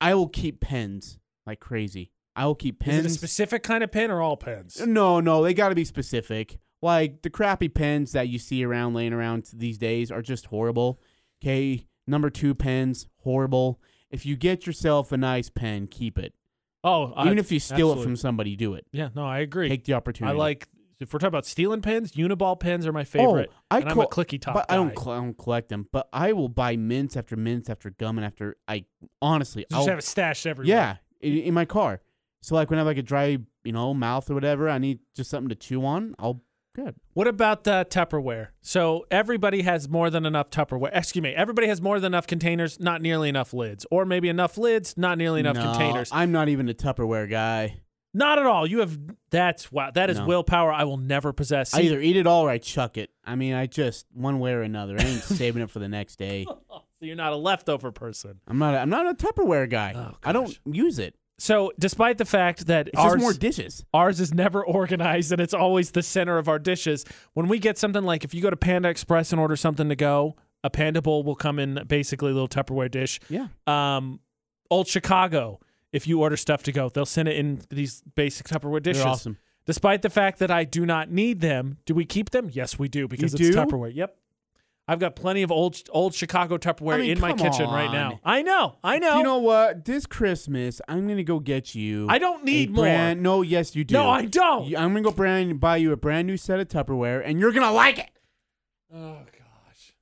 Speaker 2: I will keep pens like crazy. I will keep
Speaker 1: Is it a
Speaker 2: pens.
Speaker 1: specific kind of pen or all pens?
Speaker 2: Uh, No, no, they got to be specific. Like the crappy pens that you see around laying around these days are just horrible. Okay, number two pens, horrible. If you get yourself a nice pen, keep it.
Speaker 1: Oh,
Speaker 2: Even if you steal it
Speaker 1: absolutely.
Speaker 2: from somebody, do it.
Speaker 1: yeah, no, I agree.
Speaker 2: Take the opportunity.
Speaker 1: I like if we're talking about stealing pens, Uniball pens are my favorite.
Speaker 2: Oh, I
Speaker 1: and I'm a
Speaker 2: col-
Speaker 1: clicky top
Speaker 2: but I don't,
Speaker 1: guy.
Speaker 2: cl- I don't collect them. But I will buy mints after mints after gum and after I honestly,
Speaker 1: You
Speaker 2: I'll
Speaker 1: just have it stashed everywhere.
Speaker 2: oh. yeah in, in my car. So like when I have like a dry you know mouth or whatever, I need just something to chew on. I'll Good.
Speaker 1: What about uh, Tupperware? So everybody has more than enough Tupperware. Excuse me. Everybody has more than enough containers, not nearly enough lids, or maybe enough lids, not nearly enough
Speaker 2: No,
Speaker 1: containers.
Speaker 2: I'm not even a Tupperware guy.
Speaker 1: Not at all. You have that's wow. That is
Speaker 2: No.
Speaker 1: willpower I will never possess.
Speaker 2: I
Speaker 1: See,
Speaker 2: either eat it all or I chuck it. I mean, I just one way or another.
Speaker 1: [LAUGHS]
Speaker 2: I ain't saving it for the next day.
Speaker 1: so you're not a leftover person.
Speaker 2: I'm not. A, I'm not a Tupperware guy.
Speaker 1: Oh,
Speaker 2: I don't use it.
Speaker 1: So despite the fact that
Speaker 2: It's
Speaker 1: ours
Speaker 2: just more dishes.
Speaker 1: ours is never [LAUGHS] organized and it's always the center of our dishes. When we get something like if you go to Panda Express and order something to go, a Panda Bowl will come in basically a little Tupperware dish.
Speaker 2: Yeah.
Speaker 1: Um, Old Chicago, if you order stuff to go, they'll send it in these basic Tupperware dishes.
Speaker 2: They're awesome.
Speaker 1: Despite the fact that I do not need them, do we keep them? Yes, we do because
Speaker 2: You
Speaker 1: it's
Speaker 2: do?
Speaker 1: Tupperware. Yep. I've got plenty of old old Chicago Tupperware
Speaker 2: I mean,
Speaker 1: in my
Speaker 2: come
Speaker 1: kitchen right
Speaker 2: on.
Speaker 1: now. I know. I know.
Speaker 2: You know what? This Christmas, I'm gonna go get you.
Speaker 1: I don't need
Speaker 2: a
Speaker 1: more.
Speaker 2: brand- No, yes, you do.
Speaker 1: no, I don't.
Speaker 2: You- I'm gonna go brand buy you a brand new set of Tupperware, and you're gonna like it.
Speaker 1: Oh gosh.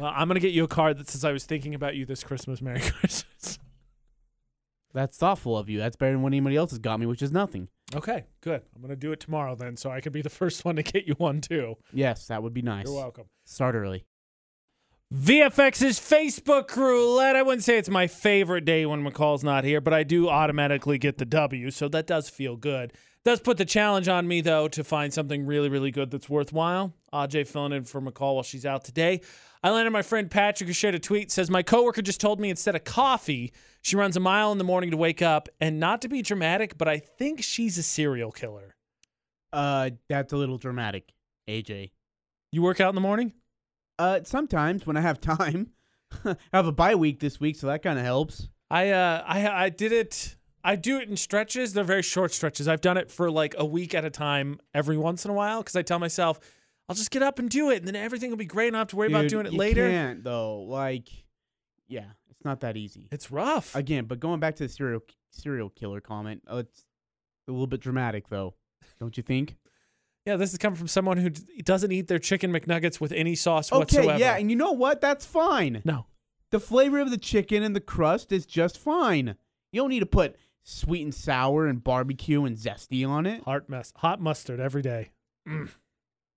Speaker 1: Well, I'm gonna get you a card that says I was thinking about you this Christmas. Merry [LAUGHS] Christmas.
Speaker 2: That's thoughtful of you. That's better than what anybody else has got me, which is nothing.
Speaker 1: Okay, good. I'm gonna do it tomorrow then, so I could be the first one to get you one too.
Speaker 2: Yes, that would be nice.
Speaker 1: You're welcome.
Speaker 2: Start early.
Speaker 1: VFX's Facebook roulette. I wouldn't say it's my favorite day when McCall's not here, but I do automatically get the W, so that does feel good. Does put the challenge on me though to find something really, really good that's worthwhile. Aj filling in for McCall while she's out today. I landed my friend Patrick who shared a tweet says my coworker just told me instead of coffee, she runs a mile in the morning to wake up, and not to be dramatic, but I think she's a serial killer.
Speaker 2: Uh, that's a little dramatic, AJ.
Speaker 1: You work out in the morning?
Speaker 2: Uh, sometimes when I have [LAUGHS] time, I have a bye week this week, so that kind of helps.
Speaker 1: I uh I I did it I do it in stretches. They're very short stretches. I've done it for like a week at a time every once in a while because I tell myself I'll just get up and do it and then everything will be great and I will have to worry about
Speaker 2: Dude,
Speaker 1: doing it
Speaker 2: you
Speaker 1: later.
Speaker 2: Can't though. Like, yeah, it's not that easy.
Speaker 1: It's rough.
Speaker 2: Again, but going back to the serial serial killer comment, uh, it's a little bit dramatic though, don't you think?
Speaker 1: yeah, this is coming from someone who d- doesn't eat their chicken McNuggets with any sauce whatsoever.
Speaker 2: Okay, yeah, and you know what? That's fine.
Speaker 1: no.
Speaker 2: The flavor of the chicken and the crust is just fine. You don't need to put sweet and sour and barbecue and zesty on it.
Speaker 1: Hot mess. Hot mustard every day.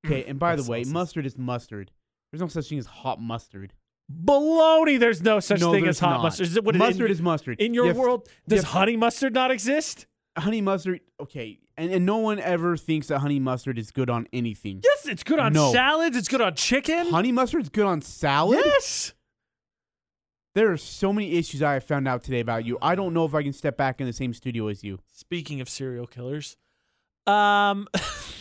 Speaker 2: Okay, and by the
Speaker 1: That's
Speaker 2: way,
Speaker 1: sauces.
Speaker 2: mustard is mustard. There's no such thing as hot mustard.
Speaker 1: Baloney. There's no such
Speaker 2: no,
Speaker 1: thing
Speaker 2: there's
Speaker 1: as hot
Speaker 2: not.
Speaker 1: mustard. Is it what it-
Speaker 2: mustard
Speaker 1: in,
Speaker 2: is mustard.
Speaker 1: in your
Speaker 2: You have-
Speaker 1: world? Does
Speaker 2: have-
Speaker 1: honey mustard not exist?
Speaker 2: honey mustard. Okay, and and no one ever thinks that honey mustard is good on anything.
Speaker 1: Yes, it's good on
Speaker 2: No.
Speaker 1: salads. It's good on chicken.
Speaker 2: Honey mustard's good on salad.
Speaker 1: yes.
Speaker 2: There are so many issues I have found out today about you. I don't know if I can step back in the same studio
Speaker 1: [LAUGHS]
Speaker 2: as you.
Speaker 1: Speaking of serial killers, um, [LAUGHS]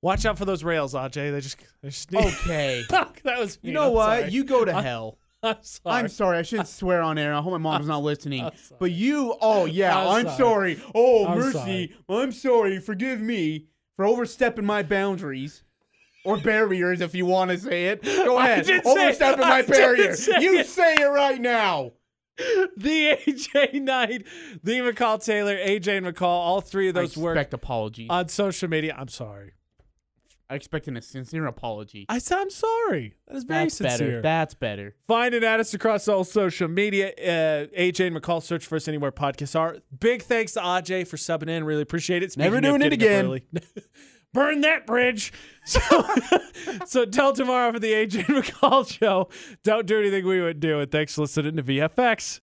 Speaker 1: watch out for those rails, Aj. They just they just need.
Speaker 2: Okay.
Speaker 1: [LAUGHS] Fuck, that was me.
Speaker 2: You know
Speaker 1: I'm
Speaker 2: what?
Speaker 1: sorry.
Speaker 2: You go to
Speaker 1: I'm-
Speaker 2: hell.
Speaker 1: I'm [LAUGHS] sorry.
Speaker 2: I'm sorry. I shouldn't swear on air. I hope my mom's not
Speaker 1: [LAUGHS]
Speaker 2: listening.
Speaker 1: I'm sorry.
Speaker 2: But you, oh yeah,
Speaker 1: I'm
Speaker 2: I'm, sorry. Oh
Speaker 1: I'm
Speaker 2: mercy, I'm sorry. Forgive me for overstepping my boundaries. Or barriers, if you want to say it.
Speaker 1: [LAUGHS]
Speaker 2: Go
Speaker 1: I
Speaker 2: ahead.
Speaker 1: didn't say it. [LAUGHS]
Speaker 2: Overstepping
Speaker 1: I
Speaker 2: my
Speaker 1: didn't
Speaker 2: barrier.
Speaker 1: say
Speaker 2: you
Speaker 1: it.
Speaker 2: say it right now.
Speaker 1: the AJ Knight, the McCall Taylor, AJ and McCall, all three of
Speaker 2: I
Speaker 1: those were
Speaker 2: expect apologies.
Speaker 1: on social media. I'm sorry.
Speaker 2: I expect an- a sincere apology.
Speaker 1: I said I'm sorry. That is very
Speaker 2: That's
Speaker 1: sincere.
Speaker 2: better. That's better.
Speaker 1: Find and add us across all social media. Uh, AJ and McCall search for us anywhere podcasts are. Big thanks to AJ for subbing in. Really appreciate it.
Speaker 2: Never
Speaker 1: Speaking of
Speaker 2: doing it
Speaker 1: getting up
Speaker 2: again.
Speaker 1: early. [LAUGHS] Burn that bridge. So, [LAUGHS] so till tomorrow for the AJ and McCall show. Don't do anything we would do. And thanks for listening to VFX.